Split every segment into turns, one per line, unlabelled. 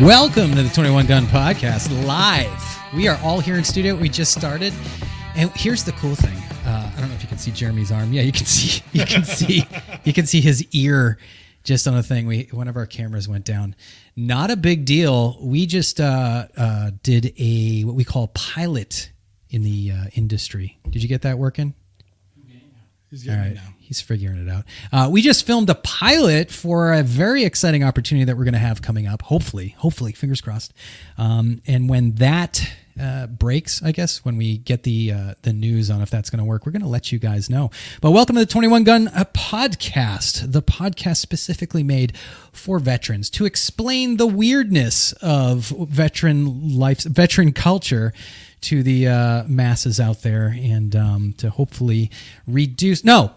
Welcome to the 21 Gun Podcast live. We are all here in studio. We just started. And here's the cool thing. Uh, I don't know if you can see Jeremy's arm. Yeah, you can see you can see you can see his ear just on the thing. We one of our cameras went down. Not a big deal. We just uh, uh, did a what we call pilot in the uh, industry. Did you get that working?
He's
All
getting it
right.
now.
He's figuring it out. Uh, we just filmed a pilot for a very exciting opportunity that we're going to have coming up. Hopefully, hopefully, fingers crossed. Um, and when that uh, breaks, I guess when we get the uh, the news on if that's going to work, we're going to let you guys know. But welcome to the Twenty One Gun uh, Podcast, the podcast specifically made for veterans to explain the weirdness of veteran life, veteran culture to the uh, masses out there, and um, to hopefully reduce no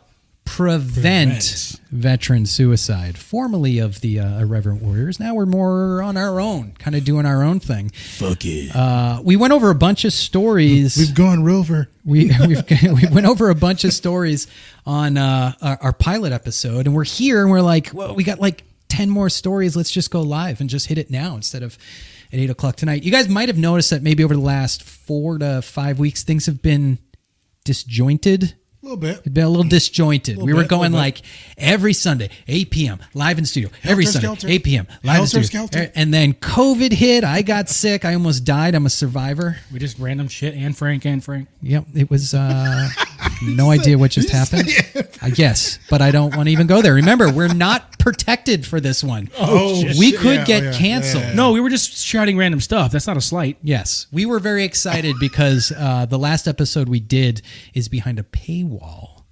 prevent,
Prevent.
veteran suicide, formerly of the uh, Irreverent Warriors. Now we're more on our own, kind of doing our own thing.
Fuck it.
Uh, we went over a bunch of stories.
We've gone rover.
we we've, we went over a bunch of stories on uh, our, our pilot episode, and we're here, and we're like, well, we got like ten more stories. Let's just go live and just hit it now instead of at eight o'clock tonight. You guys might have noticed that maybe over the last four to five weeks, things have been disjointed.
A little bit.
It'd been a little disjointed. we were
bit,
going
little bit.
like every Sunday, 8 p.m., live in studio. every Sunday,
skelter.
8 p.m., live in
Helter
studio.
skelter.
And then COVID hit. I got sick. I almost died. I'm a survivor.
We just random shit and Frank and Frank.
Yep. It was uh, no idea what just happened. I guess, but I don't want to even go there. Remember, we're not protected for this one.
Oh, shit.
we
Yeah,
could
oh,
get
yeah, yeah,
canceled.
yeah,
No, we were just shouting random stuff. That's not a slight.
Yes, we were very excited because uh, the last episode we did is behind a paywall,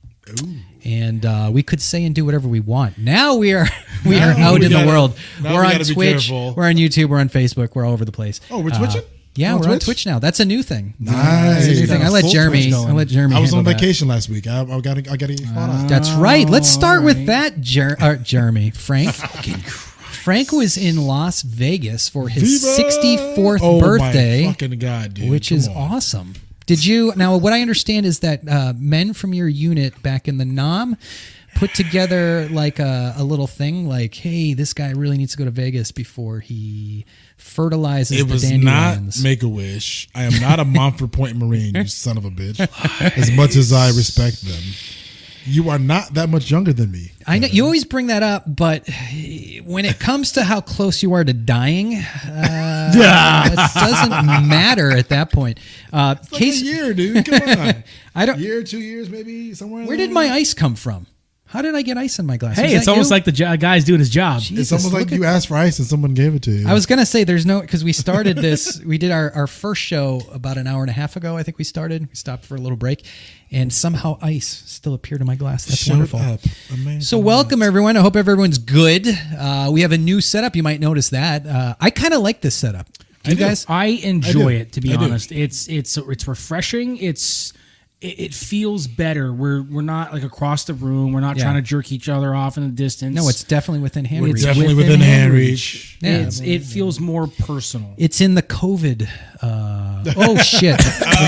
and uh, we could say and do whatever we want. Now we are we are
Now
out
we
in the
gotta-
world.
now
We're
we
on
gotta be
Twitch,
careful.
we're on YouTube, we're on Facebook, we're all over the place.
Oh, we're
Uh,
twitching?
yeah,
We're on
we're on
Twitch?
Twitch now. That's a new thing.
Nice.
That's a new thing. I let
Full
Jeremy.
Twitch
I
going.
let Jeremy.
I was on
handle that.
vacation last week. I, I got. I got to get caught up.
That's right. Let's start with that, Jer- uh, Jeremy. Frank. Frank was in Las Vegas for his
Viva!
64th
Oh, my
birthday
fucking god, dude!
which
Come
is
on.
awesome. Did you now? What I understand is that uh, men from your unit back in the Nam put together like a, a little thing, like, "Hey, this guy really needs to go to Vegas before he fertilizes
It
the
was not
dandelions."
Make a Wish. I am not a Montfort Point Marine, you son of a bitch. As much as I respect them, you are not that much younger than me.
I know you always bring that up, but when it comes to how close you are to dying, uh, it doesn't matter at that point. Uh,
Like
case
a year, dude. Come on,
I don't.
year, two years, maybe somewhere. in
Where
there.
did my ice come from? How did I get ice in my glass? Was
Hey,
that
it's almost
you?
like the jo- guy's doing his job.
It's
Jesus,
almost
look
like
at
you asked for ice and someone gave it to you.
I was gonna say there's no because we started this. we did our, our first show about an hour and a half ago. I think we started. We stopped for a little break, and somehow ice still appeared in my glass. That's
Shut
wonderful.
up. Amazing.
So welcome everyone. I hope everyone's good. Uh, we have a new setup. You might notice that. Uh, I kind of like this setup. Do you
do.
guys?
I enjoy
I do.
it to be
I do.
honest. It's it's it's refreshing. It's it, it feels better. We're we're not like across the room. We're not
Yeah.
trying to jerk each other off in the distance.
No, it's definitely within hand
It's
reach.
Definitely within hand reach.
Yeah.
It's, it feels more personal.
It's in the COVID. Uh, oh shit,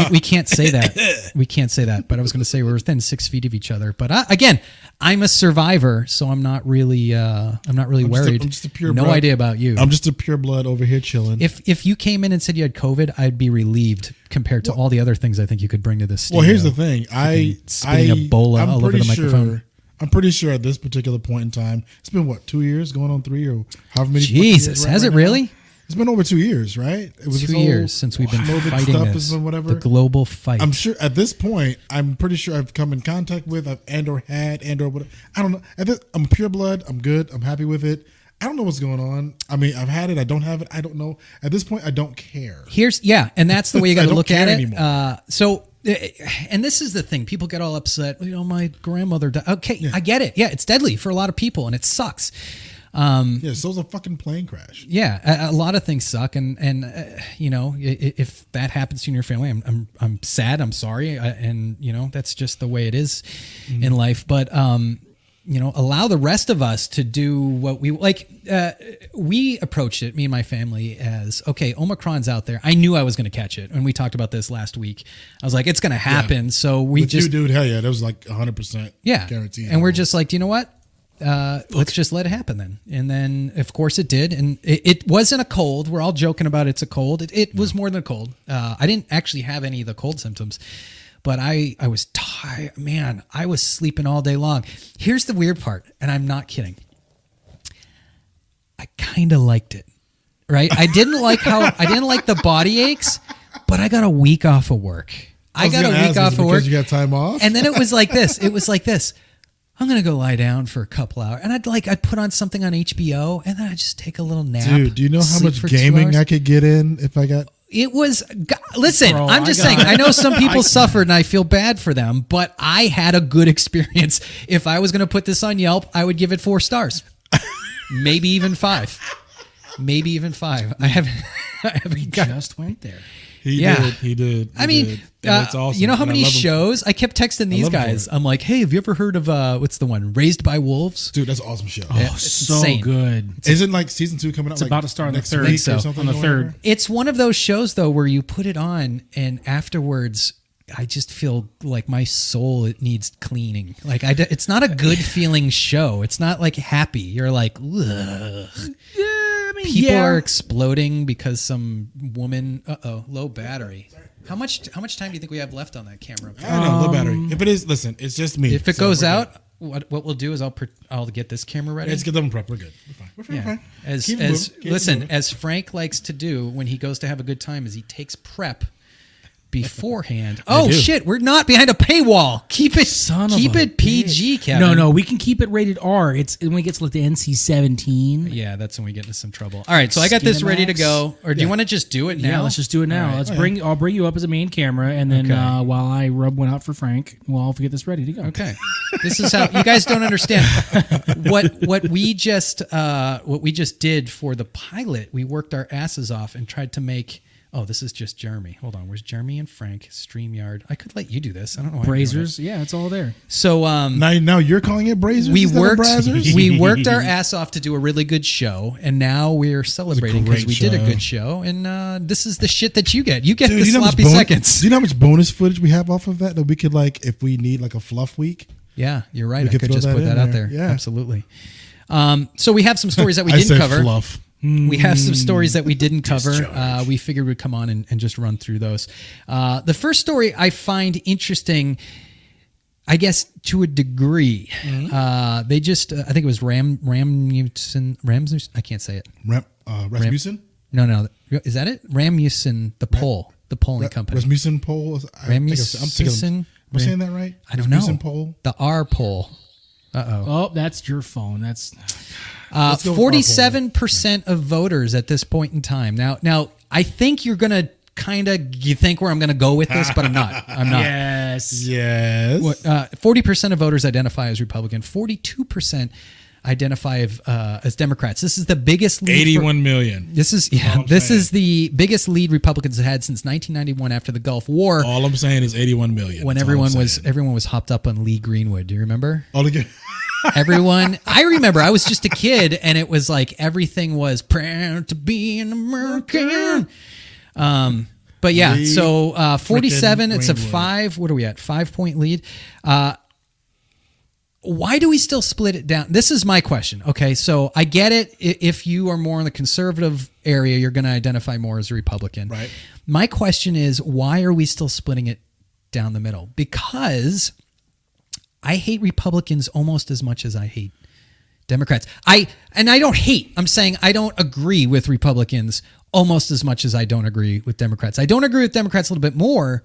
we, we can't say that. We can't say that. But I was going to say we're within six feet of each other. But I, again, I'm a survivor, so I'm not really. Uh, I'm not really
just a-
worried.
I'm just a pure
no
bro-
idea about you.
I'm just a pure blood over here chilling.
if if you came in and said you had COVID, I'd be relieved compared to all the other things I think you could bring to this. Studio.
well, here's the thing. I
spitting
I,
Ebola all over
pretty
the microphone.
Sure, I'm pretty sure at this particular point in time, it's been what two years, going on three or however many. fucking
Jesus,
years
has it
now?
really?
It's been over two years, right? It was this
Two
whole
years since we've been
COVID
fighting
stuff
this.
Has been whatever.
The global fight.
I'm sure at this point, I'm pretty sure I've come in contact with, I've and or had and or whatever. I don't know. At this, I'm pure blood. I'm good. I'm happy with it. I don't know what's going on. I mean, I've had it. I don't have it. I don't know. At this point, I don't care.
Here's yeah, and that's the way you
I
got to
don't
look at
care
it.
anymore.
Uh, so, uh, and this is the thing: people get all upset. You know, my grandmother died. Okay, I get it. Yeah, it's deadly for a lot of people, and it sucks. Um,
Yeah, so's a fucking plane crash.
yeah, a, a lot of things suck, and and uh, you know, i- i- if that happens to you and your family, I'm I'm, I'm sad. I'm sorry, I, and you know, that's just the way it is in life. But um, you know, allow the rest of us to do what we like. Uh, we approached it, me and my family, as okay, Omicron's out there. I knew I was going to catch it, and we talked about this last week. I was like, it's going to happen, so we
With
just
you, dude, hell yeah, that was like 100 percent
yeah
guaranteed.
and we're just like you know what uh, let's just let it happen then. And then, of course, it did. And it, it wasn't a cold. We're all joking about it's a cold. It, it was more than a cold. Uh, I didn't actually have any of the cold symptoms, but I, I was tired. Man, I was sleeping all day long. Here's the weird part, and I'm not kidding. I kind of liked it, right? I didn't like how I didn't like the body aches, but I got a week off of work. I,
was
got
gonna
a
ask,
week
is it
off of
because
work.
You got time off.
And then it was like this. It was like this. I'm gonna go lie down for a couple hours, and I'd like I'd put on something on HBO, and then I just take a little nap.
Dude, do you know how
sleep
much
for two
gaming
hours.
I could get in if I got?
It was. g- Listen,
Bro,
I'm
I
just
got-
saying. I know some people suffered, and I feel bad for them, but I had a good experience. If I was gonna put this on Yelp, I would give it four stars, maybe even five, maybe even five. I haven't. I haven't got
Just went there.
He
Yeah.
did. He did. he
I mean,
did. And
uh,
it's awesome.
you know how
And I
many
love him for it.
shows I kept texting these
love 'em for
guys. I'm like, hey, have you ever heard of uh, what's the one, Raised by Wolves?
Dude, that's an awesome show.
Oh,
it's
so
insane.
good.
Isn't like season two coming out? It's
about to start on the
next
third.
week
So,
or something
on the
or
third.
whatever?
It's one of those shows though where you put it on and afterwards. I just feel like my soul it needs cleaning. Like I, d- it's not a good feeling show. It's not like happy. You're like, Ugh.
Yeah, I mean,
people
yeah.
are exploding because some woman. Uh oh, low battery. How much? How much time do you think we have left on that camera?
I know, low battery. If it is, listen, it's just me.
Um, If it
So
goes
we're good.
out, what what we'll do is I'll pre- I'll get this camera ready.
let's get them prep. We're good. We're fine. We're fine.
Yeah.
we're fine.
As
Keep it
as
moving. Keep it
listen,
moving.
as Frank likes to do when he goes to have a good time, is he takes prep beforehand. Oh
do.
shit, we're not behind a paywall. Keep it,
Son of
keep
a
it PG,
bitch.
Kevin.
No, no, we can keep it rated R. It's when it gets like the NC seventeen.
Yeah, that's when we get into some trouble. All right, so I got this
Skinamax.
ready to go. Or do you want to just do it now? Oh,
Yeah, let's just do it now. Let's bring. I'll bring you up as a main camera, and then
Okay.
uh, while I rub one out for Frank, we'll all get this ready to go.
Okay. This is how you guys don't understand what what we just uh, what we just did for the pilot. We worked our asses off and tried to make. Oh, this is just Jeremy. Hold on, where's Jeremy and Frank? Streamyard. I could let you do this. I don't know. Why I'm doing
Brazers, yeah, it's all there.
it. So um,
now, now you're calling it brazers.
we
instead of
worked
Brazzers?
we worked our ass off to do a really good show, and now we're celebrating because
great
we did a
show.
good show. And uh, this is the shit that you get. You get
Dude,
the
you know how much
sloppy
bonus-
seconds.
Do you know how much bonus footage we have off of that that we could like if we need like a fluff week?
Yeah, you're right. I
could
could
throw
just
that
put
in
that out there.
there. Yeah.
Absolutely. Um, so we have some stories that we
I
didn't
said
cover.
fluff. Hmm.
We have some stories that we didn't cover. Uh, we figured we'd come on and, and just run through those. Uh, the first story I find interesting, I guess to a degree.
Mm-hmm.
Uh, they just, uh, I think it was Ram Ramnusen Ramsen. I can't say it.
Rep, uh, Rasmussen.
No, no, is that it? Ramnusen, the poll, the polling company.
Rasmussen poll. I think I'm- I'm thinking.
Rasmussen?
Am I saying that right?
I don't
Rasmussen
know.
poll.
The R poll.
Oh, that's your phone. That's
Uh,
go with our
Forty-seven percent of voters at this point in time. Now, now I think you're gonna kind of you think where I'm gonna go with this, but I'm not. I'm not. uh,
yes.
Yes.
Forty percent of voters identify as Republican. Forty-two percent identify uh, as Democrats. This is the biggest lead. for-
Eighty-one million.
this is yeah.
I'm
This
saying.
is the biggest lead Republicans have had since 1991 after the Gulf War,
All I'm saying is eighty-one million.
when
That's Oh, all I'm
everyone was
saying.
everyone was hopped up on Lee Greenwood. Do you remember?
All again.
everyone i remember i was just a kid and it was like everything was proud to be an american um but yeah
Lee
so uh 47 it's a
Greenwood.
five what are we at five point lead uh why do we still split it down? This is my question. Okay, so I get it. I- If you are more in the conservative area, you're going to identify more as a Republican.
Right.
My question is, why are we still splitting it down the middle? Because I hate Republicans almost as much as I hate Democrats. I and I don't hate. I'm saying I don't agree with Republicans almost as much as I don't agree with Democrats. I don't agree with Democrats a little bit more,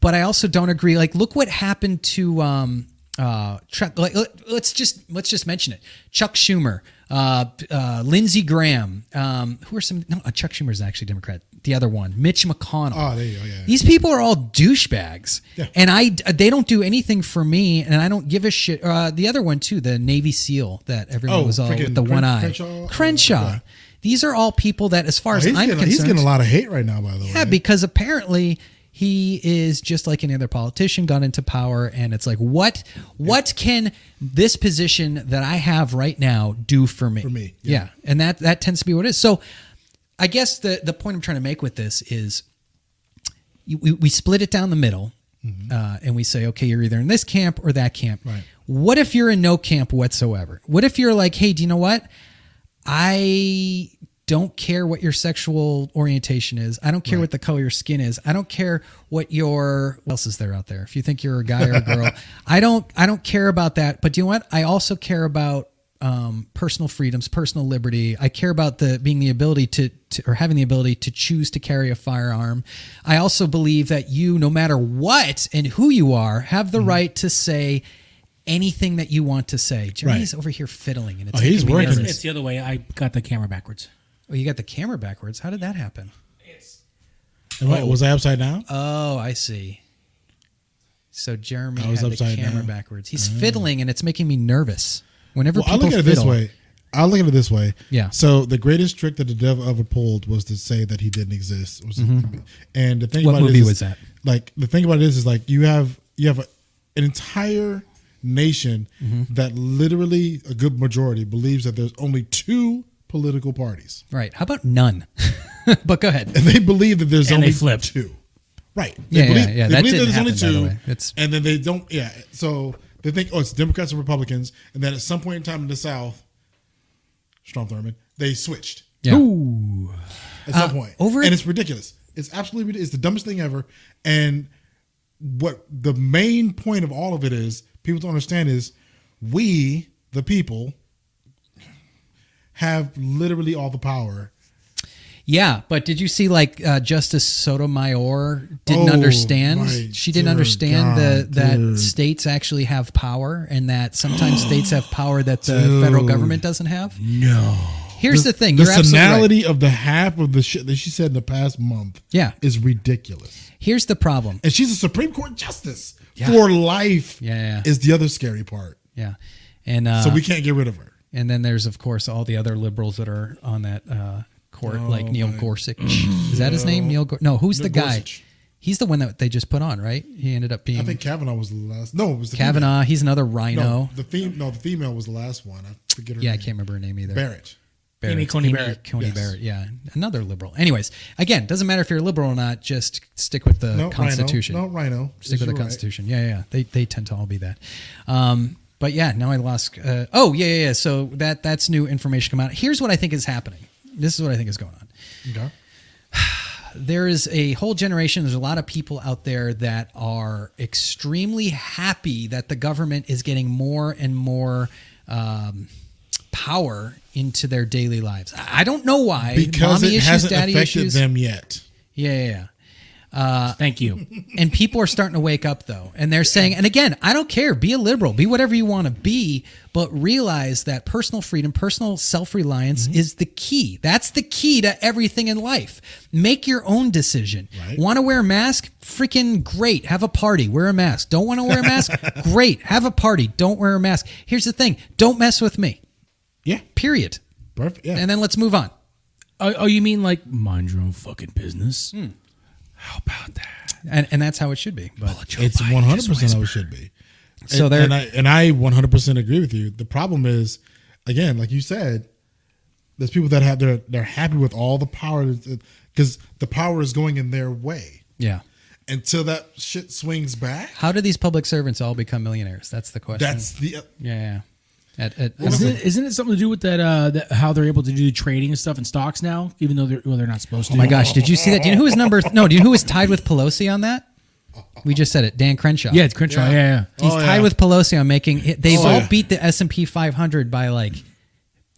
but I also don't agree. Like, look what happened to um, uh, Chuck. Like, let- let's just let's just mention it. Chuck Schumer, uh, uh, Lindsey Graham. Um, who are some? No, uh, Chuck Schumer is actually Democrat. The other one, Mitch McConnell.
Oh, there you go. Yeah.
These people are all douchebags,
Yeah.
and I they don't do anything for me, and I don't give a shit. Uh, the other one too, the Navy SEAL that everyone
Oh,
was all with
freaking
the
Cren-
one eye,
Crenshaw?
Crenshaw.
Yeah. Oh,
These are all people that, as far as
He's
I'm
getting,
concerned,
he's getting a lot of hate right now, by the way.
yeah, because apparently he is just like any other politician got into power and it's like what what can this position that I have right now do for me? For
me,
Yeah. And that that tends to be what it is. So I guess the the point I'm trying to make with this is you- we, we split it down the middle uh, and we say, okay, you're either in this camp or that camp.
Right.
What if you're in no camp whatsoever? What if you're like, hey, do you know what? I don't care what your sexual orientation is. I don't care what the color of your skin is. I don't care what your what else is there out there. If you think you're a guy or a girl, I don't I don't care about that. But do you know what? I also care about um, personal freedoms, personal liberty. I care about the being the ability to, to or having the ability to choose to carry a firearm. I also believe that you, no matter what and who you are, have
Mm-hmm.
the right to say anything that you want to say. Jeremy's over here fiddling, and it's
Oh, he's
making me
working.
nervous.
It's the other way. I got the camera backwards.
Oh, you got the camera backwards. How did that happen?
Am I- was I upside down?
Oh, I see. So Jeremy
I was
had the
upside
camera
down. Oh.
backwards. He's fiddling, and it's making me nervous. Whenever
Well, I
people
look at it
fiddle,
this way. I look at it this way.
Yeah.
So the greatest trick that the devil ever pulled was to say that he didn't exist. Was- And the thing
Mm-hmm. What
about
movie
it is,
was that?
Like the thing about it is, is like you have you have a, an entire nation
Mm-hmm.
that literally a good majority believes that there's only two political parties,
right? How about none? but go ahead.
and they believe that there's
And they
only
flipped.
two. Right.
Yeah, yeah,
They believe,
yeah.
They
That didn't
believe that there's
happen, by the
only
way.
two.
It's-
and then they don't. Yeah. So they think, oh, it's Democrats and Republicans, and then at some point in time in the South, Strom Thurmond, they switched
Yeah.
Ooh.
at some point.
Uh, over
and
at-
it's ridiculous. It's absolutely rid- it's the dumbest thing ever. And what the main point of all of it is, people don't understand is we, the people, have literally all the power.
Yeah, but did you see like uh, Justice Sotomayor didn't
Oh, my
understand? She didn't
dear
understand the,
God,
that
dude.
states actually have power and that sometimes states have power that the federal government doesn't have. No. Here's the, thing.
The
You're absolutely right.
senality of the half of the shit that she said in the past month
Yeah.
is ridiculous.
Here's the problem.
And she's a Supreme Court justice
Yeah.
for life
Yeah, yeah, yeah.
is the other scary part.
Yeah. And uh, mm.
So we can't get rid of her.
And then there's, of course, all the other liberals that are on that uh, court, like Neil Gorsuch. Is that his name? Neil Gorsuch? No, who's
Oh Neil
the guy?
Gorsuch.
He's the one that they just put on, right? He ended up being
I think Kavanaugh was the last. No, it was the female.
Kavanaugh. He's another rhino.
No, the fem- no, the female was the last one. I forget her
yeah, I
name.
can't remember her name either.
Barrett.
Barrett.
Amy Coney Barrett.
Coney
Yes.
Barrett, yeah. Another liberal. Anyways, again, doesn't matter if you're a liberal or not, just stick with the
No,
Constitution.
Rhino. No, Rhino.
stick
Yes,
with the
you're right.
Constitution. Yeah, yeah, yeah. They they tend to all be that. Um, but yeah, now I lost. Uh, oh, yeah, yeah, yeah. So that that's new information come out. Here's what I think is happening. This is what I think is going on.
Okay.
There is a whole generation. There's a lot of people out there that are extremely happy that the government is getting more and more. Um, power into their daily lives. I I don't know why.
Because
Mommy
it
issues,
hasn't
daddy
affected
issues.
them yet.
Yeah, yeah, yeah.
Uh, Thank you.
and people are starting to wake up though and they're saying and again i don't care be a liberal be whatever you want to be but realize that personal freedom personal self-reliance
Mm-hmm.
is the key that's the key to everything in life make your own decision
Right.
want to wear a mask freaking great have a party wear a mask don't want to wear a mask great have a party don't wear a mask here's the thing don't mess with me
Yeah.
period
Perfect. Yeah.
and then let's move on
Oh, oh, you mean like mind your own fucking business?
Hmm.
How about that?
and, and that's how it should be but
it's one hundred percent how it should be.
So
and,
there-
and I and I one hundred percent agree with you. The problem is, again, like you said, there's people that have they're they're happy with all the power because the power is going in their way
yeah
until that shit swings back.
how do these public servants all become millionaires that's the question
That's the
Yeah. yeah. At, at,
Isn't it, isn't it something to do with that, uh, that? How they're able to do trading and stuff in stocks now, even though they're well, they're not supposed to.
oh my gosh, did you see that? Do you know who was number? No, do you know who was tied with Pelosi on that? We just said it, Dan Crenshaw.
Yeah, it's Crenshaw. Yeah, yeah.
he's
Oh,
tied
yeah.
with Pelosi on making. It, they've
Oh,
all
yeah.
beat the S and P 500 by like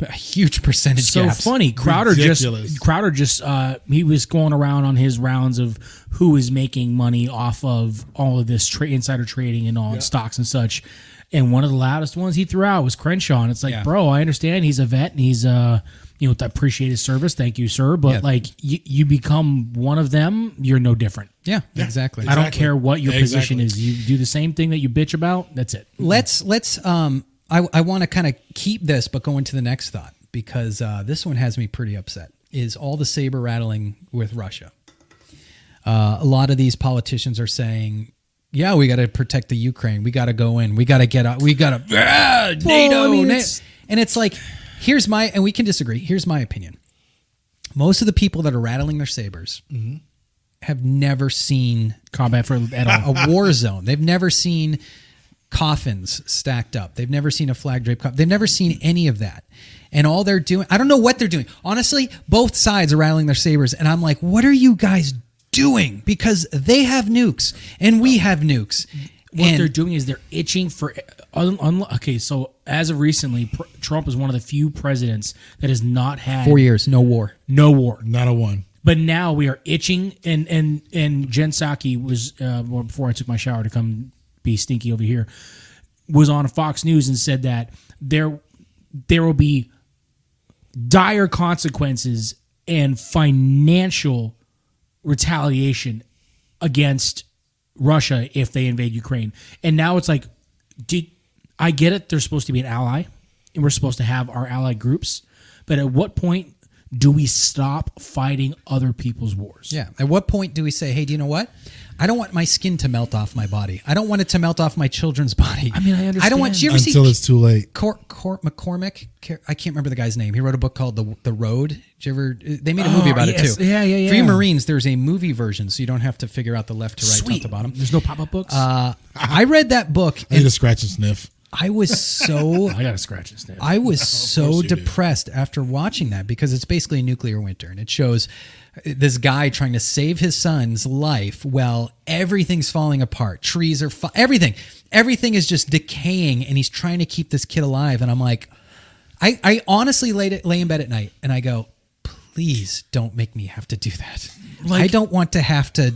a huge percentage.
So
gaps.
funny. Crowder
Ridiculous.
just Crowder just uh, he was going around on his rounds of who is making money off of all of this tra- insider trading and all and stocks and such. And one of the loudest ones he threw out was Crenshaw. And it's like,
Yeah.
bro, I understand he's a vet and he's uh you know I appreciate his service. Thank you, sir. But
Yeah.
like you, you become one of them, you're no different.
Yeah, exactly.
I don't
Exactly.
care what your position
Exactly.
is. You do the same thing that you bitch about. That's it.
let's let's um i, I want to kind of keep this but go into the next thought because uh, this one has me pretty upset is all the saber rattling with russia uh, a lot of these politicians are saying yeah we got to protect the ukraine we got to go in we got to get out we got to nato
I mean,
Na-
it's-
and it's like here's my and we can disagree here's my opinion most of the people that are rattling their sabers have never seen
Combat for at all.
a war zone. They've never seen coffins stacked up. They've never seen a flag draped coffin. They've never seen any of that. And all they're doing, I don't know what they're doing. Honestly, both sides are rattling their sabers. And I'm like, what are you guys doing? Because they have nukes and we have nukes.
what
and
they're doing is they're itching for. Un, un- okay, so as of recently, pr- Trump is one of the few presidents that has not had
four years, no war.
no war.
Not a one.
But now we are itching, and and and Jen Psaki was uh, well, before I took my shower to come be stinky over here, was on Fox News and said that there there will be dire consequences and financial retaliation against Russia if they invade Ukraine. And now it's like, did I get it? They're supposed to be an ally, and we're supposed to have our allied groups. But at what point do we stop fighting other people's wars?
Yeah. At what point do we say, hey, do you know what? I don't want my skin to melt off my body. I don't want it to melt off my children's body. I
mean, I
I don't want. Did you ever
Until
see
it's too late.
Cor- Cor- McCormick? Car- I can't remember the guy's name. He wrote a book called The The Road. Did you ever? uh, They made a movie
Oh,
about
yes.
it too.
Yeah, yeah,
For
yeah.
you Marines, there's a movie version, so you don't have to figure out the left to right, top to bottom.
There's no pop up books.
Uh, I read that book
I need
and
a scratch and sniff.
I was so
Oh, I gotta scratch this. Name.
I was so
course you do.
depressed after watching that because it's basically a nuclear winter and it shows uh, this guy trying to save his son's life while everything's falling apart. Trees are, fa- everything, everything is just decaying and he's trying to keep this kid alive. And I'm like, I, I honestly lay, to, lay in bed at night and I go, please don't make me have to do that. I don't want to have to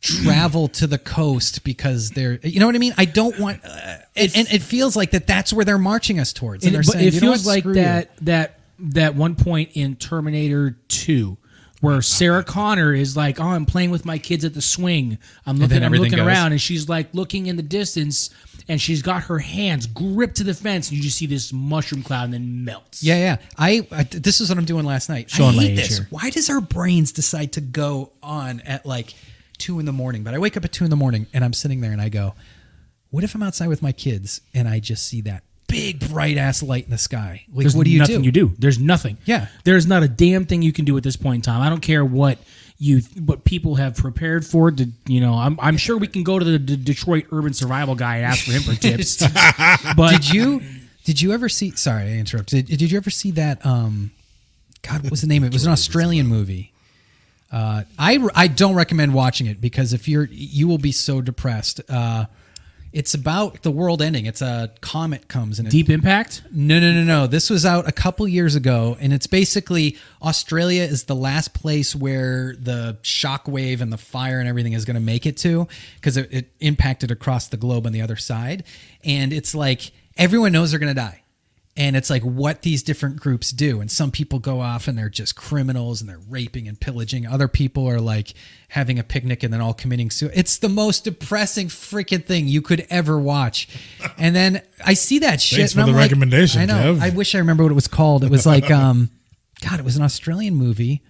travel to the coast because they're, you know what I mean? I don't want, uh, and, and it feels like that that's where they're marching us towards. And,
And it,
they're
but
saying,
it
you know
feels
what?
like
Screw you."
that that that one point in Terminator Two.
Oh
Where Sarah Connor is like, oh, I'm playing with my kids at the swing. I'm looking, I'm
everything
looking
goes.
around, and she's like looking in the distance, and she's got her hands gripped to the fence, and you just see this mushroom cloud and then melts.
Yeah, yeah. I, I this is what I'm doing last night.
Sean
I hate
Lane
this.
here.
Why does our brains decide to go on at like two in the morning? But I wake up at two in the morning and I'm sitting there and I go, "What if I'm outside with my kids and I just see that big bright ass light in the sky? Like,
There's
what do you
nothing
do?
you do. There's nothing.
Yeah.
There's not a damn thing you can do at this point in time. I don't care what you what people have prepared for. To, you know, I'm, I'm sure we can go to the D- Detroit urban survival guy and ask for him for tips. but
Did you? Did you ever see? Sorry, I interrupted. Did, did you ever see that? Um, God, what was the name? of It It was an Australian movie. Uh, I I don't recommend watching it because if you're you will be so depressed. Uh, it's about the world ending. It's a comet comes and it
Deep Impact?
No, no, no, no. This was out a couple years ago, and it's basically Australia is the last place where the shockwave and the fire and everything is going to make it to because it, it impacted across the globe on the other side. And it's like everyone knows they're going to die. And it's like what these different groups do. And some people go off and they're just criminals and they're raping and pillaging. Other people are like having a picnic and then all committing suicide. It's the most depressing freaking thing you could ever watch. And then I see that shit.
Thanks
and
for
I'm
the
like-
recommendation,
I know.
Kev.
I wish I remember what it was called. It was like, um, God, it was an Australian movie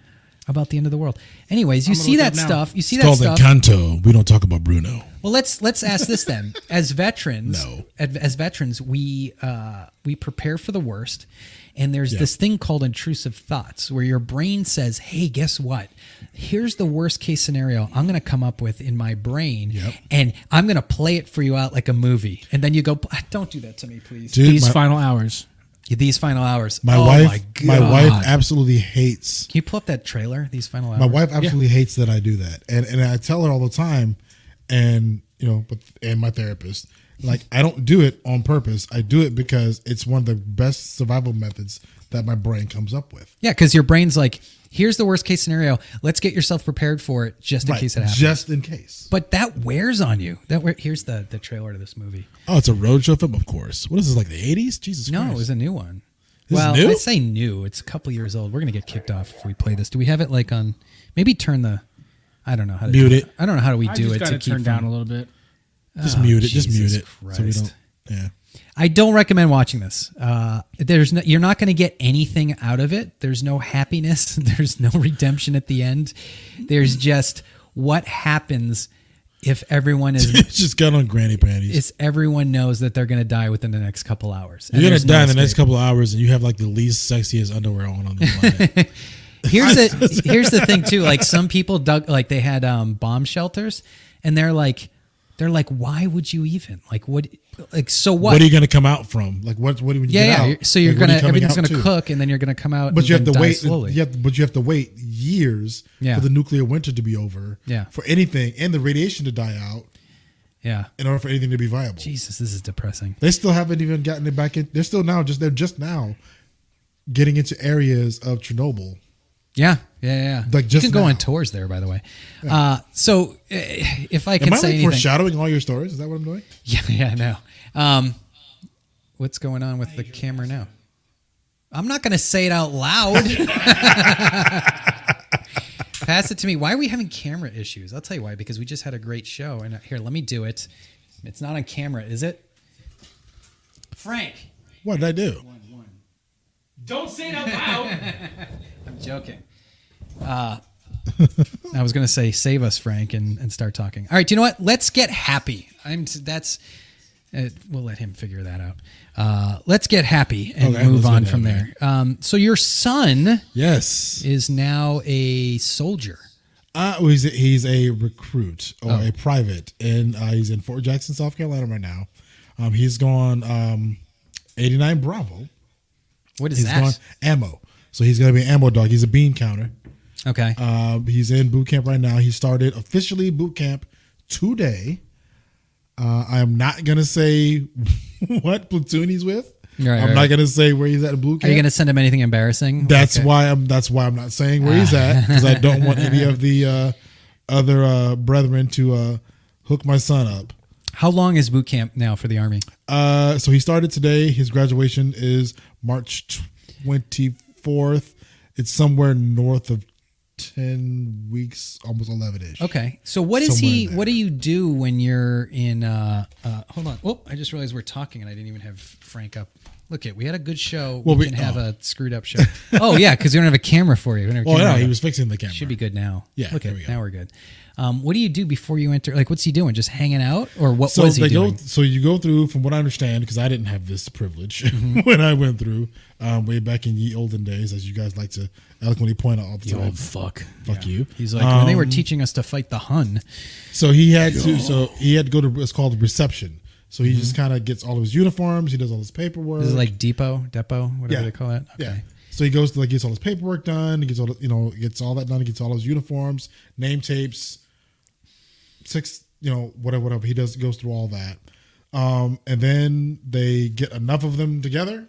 about the end of the world. Anyways, you
gonna
see
look
that
it up now.
stuff. You see
It's called
that stuff.
Encanto. We don't talk about Bruno.
Well, let's let's ask this then. As veterans,
No.
ad- as veterans, we uh, we prepare for the worst, and there's
Yeah.
this thing called intrusive thoughts, where your brain says, "Hey, guess what? Here's the worst case scenario I'm going to come up with in my brain,
Yep.
and I'm going to play it for you out like a movie." And then you go, "Don't do that to me, please."
Dude,
These
my,
final hours.
These final hours.
my
Oh
wife, my,
God.
wife absolutely hates.
Can you pull up that trailer? These final hours.
My wife absolutely hates that I do that, and and I tell her all the time, and you know, but and my therapist, like I don't do it on purpose. I do it because it's one of the best survival methods that my brain comes up with.
Yeah, because your brain's like, here's the worst case scenario. Let's get yourself prepared for it just in
Right,
case it happens.
just in case.
but that wears on you. That wear, here's the the trailer to this movie.
Oh, it's a roadshow film, of course. What is this like the eighties? Jesus
No, it
Christ!
was a new one.
This is
well,
new?
I say new. It's a couple years old. We're gonna get kicked off if we play this. Do we have it like on? Maybe turn the. I don't know how to
Mute
do
it.
I don't know how do we
I
do
just
it
gotta
to keep
turn down
from-
a little bit.
just mute it. Just
Jesus
mute it. So we
Christ.
don't. Yeah.
I don't recommend watching this. Uh, there's no, you're not going to get anything out of it. There's no happiness. There's no redemption at the end. There's just what happens if everyone is
It's just got on granny panties.
is everyone knows that they're going to die within the next couple hours. And
You're gonna
there's no
die in the next
escape.
couple of hours, and you have like the least sexiest underwear on on the planet.
Here's the here's the thing too. Like some people dug like they had um, bomb shelters, and they're like, They're like, why would you even like what? Like so what?
What are you going to come out from? Like what? What do you
yeah,
get
yeah.
out?
you're- So you're
Like, what are
gonna
you coming
everything's
out
gonna
to?
cook, and then you're gonna come out.
But
and
you have
then
to
die
wait. uh,
slowly.
You have to- but you have to wait years
Yeah.
for the nuclear winter to be over.
Yeah.
For anything and the radiation to die out
yeah.
in order for anything to be viable.
Jesus, this is depressing.
They still haven't even gotten it back in. They're still now just they're just now getting into areas of Chernobyl.
Yeah, yeah, yeah.
Like
you
just
can go
now.
on tours there, by the way. Uh, so uh, if I can
Am I
say
like
anything,
foreshadowing all your stories? Is that what I'm doing?
yeah, yeah, I know. Um, what's going on with the camera now? I'm not going to say it out loud. Pass it to me. Why are we having camera issues? I'll tell you why. Because we just had a great show, and uh, here, let me do it. It's not on camera, is it? Frank.
What did I do?
Don't say it out loud.
joking. Uh, I was going to say save us, Frank, and, and start talking. All right, you know what? Let's get happy. I'm that's. Uh, we'll let him figure that out. Uh, let's get happy and
Okay,
move
let's
on
get
from
happy.
there. Um, so your son
Yes.
is now a soldier.
Uh, well, he's, a, he's a recruit or
Oh.
a private, and uh, he's in Fort Jackson, South Carolina right now. Um, he's gone um, 89 Bravo.
What is
He's
that?
gone ammo. So he's going to be an ammo dog. He's a bean counter.
Okay.
Um, he's in boot camp right now. He started officially boot camp today. Uh, I am not gonna say what platoon he's with.
Right,
I'm
right,
not
right.
gonna say where he's at in boot camp.
Are you going to send him anything embarrassing?
that's
Like, uh,
why I'm. That's why I'm not saying where
Ah.
he's at because I don't want any of the uh, other uh, brethren to uh, hook my son up.
How long is boot camp now for the army?
Uh, so he started today. His graduation is March 24th. It's somewhere north of 10 weeks, almost 11 ish.
Okay. So what is
Somewhere
he?
in there.
What do you do when you're in? Uh, uh, hold on. Oh, I just realized we're talking and I didn't even have Frank up. Look it. We had a good show.
Well,
we,
we-
can have
oh.
a screwed up show. oh yeah, because we don't have a camera for you. We don't have a
Well,
camera
yeah, he
up.
was fixing the camera.
should be good now.
Yeah,
Look
there
at
we go.
now we're good. Um, what do you do before you enter? Like, what's he doing? Just hanging out, or what
so
was he
they
doing?
go. So you go through, from what I understand, because I didn't have this privilege
Mm-hmm.
when I went through um, way back in ye olden days, as you guys like to eloquently point out all the
You
time.
old fuck.
Fuck you. Um,
He's like when they were teaching us to fight the Hun.
So he had to. So he had to go to what's called reception. So he just kind of gets all of his uniforms. He does all his paperwork.
Mm-hmm. This is like depot, depot, whatever they call it. Okay.
Yeah. So he goes to like gets all his paperwork done. He gets all the- you know gets all that done. He gets all his uniforms, name tapes, six you know whatever whatever. He does goes through all that, um, and then they get enough of them together,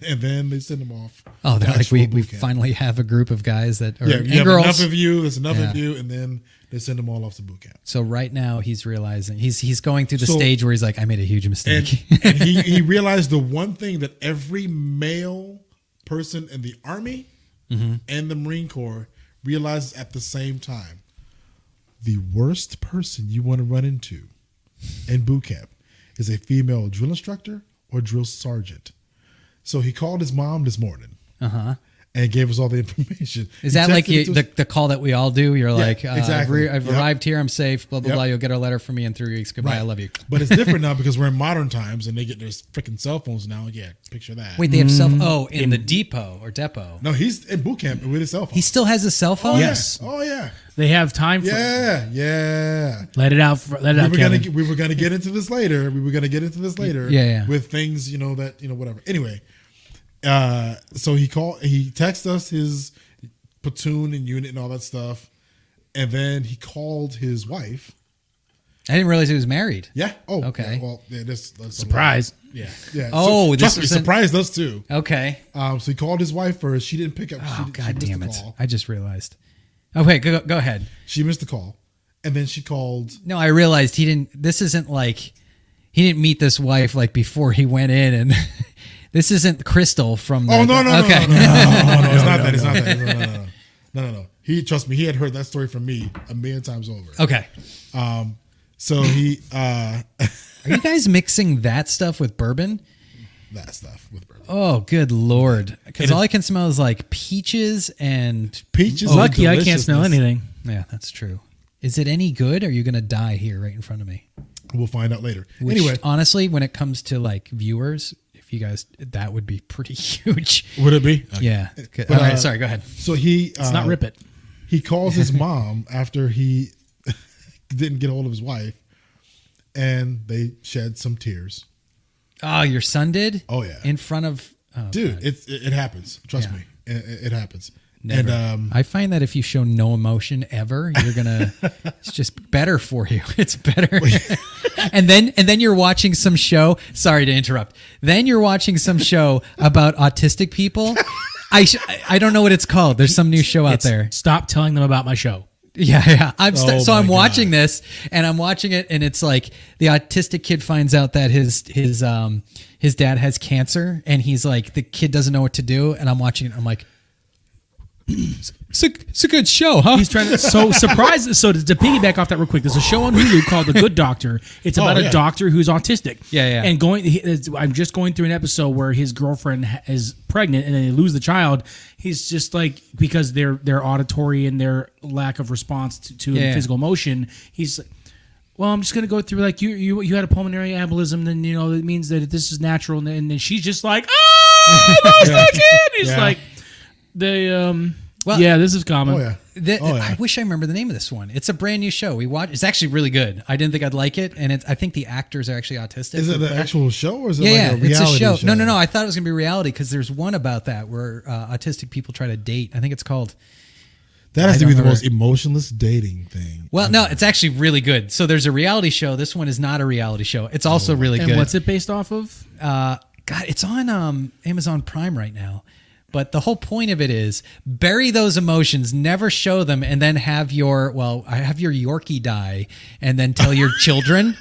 and then they send them off.
Oh,
to
they're like
actual
we, we
boot camp.
finally have a group of guys that are
yeah.
and
You have
girls.
enough of you. There's enough of
Yeah.
you, and then they send them all off to boot camp.
So right now he's realizing he's he's going through the
So-
stage where he's like, I made a huge
and,
mistake.
and he, he realized the one thing that every male person in the army
Mm-hmm.
and the marine corps realizes at the same time the worst person you want to run into in boot camp is a female drill instructor or drill sergeant so he called his mom this morning
uh-huh.
and gave us all the information
Is
He
that like
texted
you,
it to
the,
us-
the call that we all do? You're like, uh, I've,
exactly.
re- I've
Yep.
arrived here, I'm safe, blah, blah,
Yep.
blah. You'll get a letter from me in three weeks. Goodbye, I
Right.
love you.
but it's different now because we're in modern times and they get their freaking cell phones now yeah picture that
Wait, they have self.
Mm-hmm.
Oh, in, the depot or depot.
no he's in boot camp with his cell phone
He still has his cell phone?
Yes.
Oh yeah.
They have time for it.
Yeah, yeah.
Let it out. For, let it
We
out,
were gonna
Kevin.
get, we were gonna get into this later. We were gonna get into this later.
Yeah, yeah.
With things you know that you know whatever. Anyway, uh, so he called. He texted us his platoon and unit and all that stuff, and then he called his wife.
I didn't realize he was married.
Yeah. Oh.
Okay.
yeah, well, yeah, this, that's
Surprise.
Yeah. Yeah.
Oh,
so,
this
trust me,
was in-
surprised us too.
Okay.
Um, so he called his wife first. She didn't pick up. she,
Oh,
didn't- she
God
missed
damn
the
it.
call.
I just realized. Oh, wait, go, go ahead.
She missed the call, and then she called
No, I realized he didn't. This isn't like he didn't meet this wife like before he went in, and this isn't Crystal from. The,
Oh no no
okay.
no no no no no! It's not that. It's not that. No no no no no no. He trust me. He had heard that story from me a million times over.
okay.
So he uh
Are you guys mixing that stuff with bourbon?
that stuff with bourbon.
Oh, good lord! Because all I can smell is like peaches and
Peaches. and
Lucky Oh, I can't smell
deliciousness.
anything.
yeah, that's true. Is it any good? Or are you gonna die here right in front of me?
We'll find out later.
Which,
Anyway,
honestly, when it comes to like viewers, if you guys, that would be pretty huge.
would it be?
Yeah.
But,
all right.
uh,
sorry. Go ahead.
So he uh,
Let's not rip it.
He calls his mom after he didn't get a hold of his wife, and they shed some tears.
Oh, your son did?
Oh, yeah.
In front of oh,
Dude, it's it, it happens. Trust me, it, it- it happens.
Never.
And um,
I find that if you show no emotion ever, you're gonna. it's just better for you. It's better. and then and then you're watching some show. Sorry to interrupt. Then you're watching some show about autistic people. I sh- I- I don't know what it's called. There's some new show out there.
Stop telling them about my show.
Yeah, yeah. I'm st-
Oh
so I'm
my
watching this and I'm watching it and it's like the autistic kid finds out that his his um his dad has cancer and he's like the kid doesn't know what to do and I'm watching it I'm like it's a, it's a good show, huh?
He's trying to so surprise. So to, to piggyback off that real quick, there's a show on Hulu called The Good Doctor. It's about
yeah.
a doctor who's autistic.
Oh, Yeah, yeah.
And going, he, it's- I'm just going through an episode where his girlfriend ha- is pregnant and then they lose the child. He's just like because their their auditory and their lack of response to, to
Yeah.
physical emotion. He's like, well, I'm just gonna go through like you you you had a pulmonary embolism, then you know that means that this is natural, and then, and then she's just like, oh, that's the kid. He's
Yeah.
like, they um.
Well-
yeah, this is common.
oh yeah,
The-
oh
I
yeah.
wish I remember the name of this one. It's a brand new show. We watch. It's actually really good. I didn't think I'd like it, and it's, I think the actors are actually autistic.
Is it the actual show or is it
yeah,
like
yeah,
a
it's
reality
a show. No, no, no. I thought it was gonna be reality because there's one about that where uh, autistic people try to date. I think it's called.
That has
I
to be
don't
the
know.
most emotionless dating thing.
Well, no, it's actually really good. So there's a reality show. This one is not a reality show. It's
Oh.
also really
And
good.
what's it based off of?
uh, God, it's on um, Amazon Prime right now. But the whole point of it is bury those emotions, never show them, and then have your well, I have your Yorkie die, and then tell your children,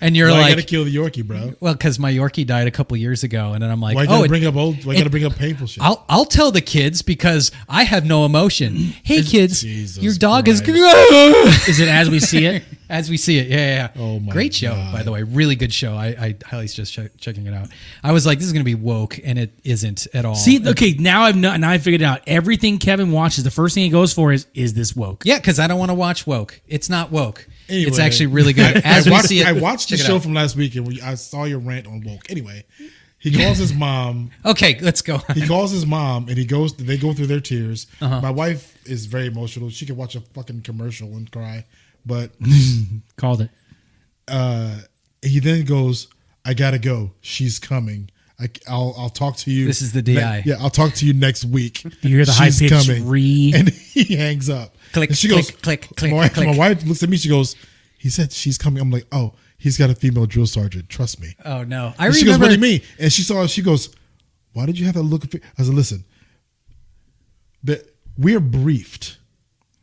and you're
Why I gotta
like,
kill the Yorkie, bro.
well, because my Yorkie died a couple years ago, and then I'm like,
Why you
oh,
gotta
it-
bring up old? Why you
it-
gotta bring up painful shit?
I'll I'll tell the kids because I have no emotion. Hey kids,
Jesus
your dog is
Is it as we see it?
as we see it. Yeah, yeah. yeah.
Oh my
Great show,
God.
by the way. Really good show. I, I highly suggest check, checking it out. I was like, this is gonna be woke, and it isn't at all.
See, okay, now I've not, now I figured it out everything Kevin watches. The first thing he goes for is is this woke?
yeah, because I don't want to watch woke. It's not woke. It's
Anyway.
actually really good. As
I
we
watched,
see it,
I watched the
check it
show
out.
from last week and we, I saw your rant on woke. Anyway, he calls his mom.
Okay, let's go.
He calls his mom and he goes. They go through their tears.
Uh-huh.
My wife is very emotional. She can watch a fucking commercial and cry. But
Called it.
uh, he then goes, "I gotta go. She's coming. I, will I'll talk to you.
This is the DI.
Ne- yeah, I'll talk to you next week.
You hear the high
She's
pitch re-
and he hangs up.
Click,
And she
click,
goes,
click, click,
My, wife-
click.
my wife looks at me. She goes, "He said she's coming. I'm like, oh, he's got a female drill sergeant. Trust me.
Oh no, I
And she goes,
remember.
"What do you mean?" And she saw. She goes, "Why did you have that look?" Of fe-? I said, "Listen, that we're briefed,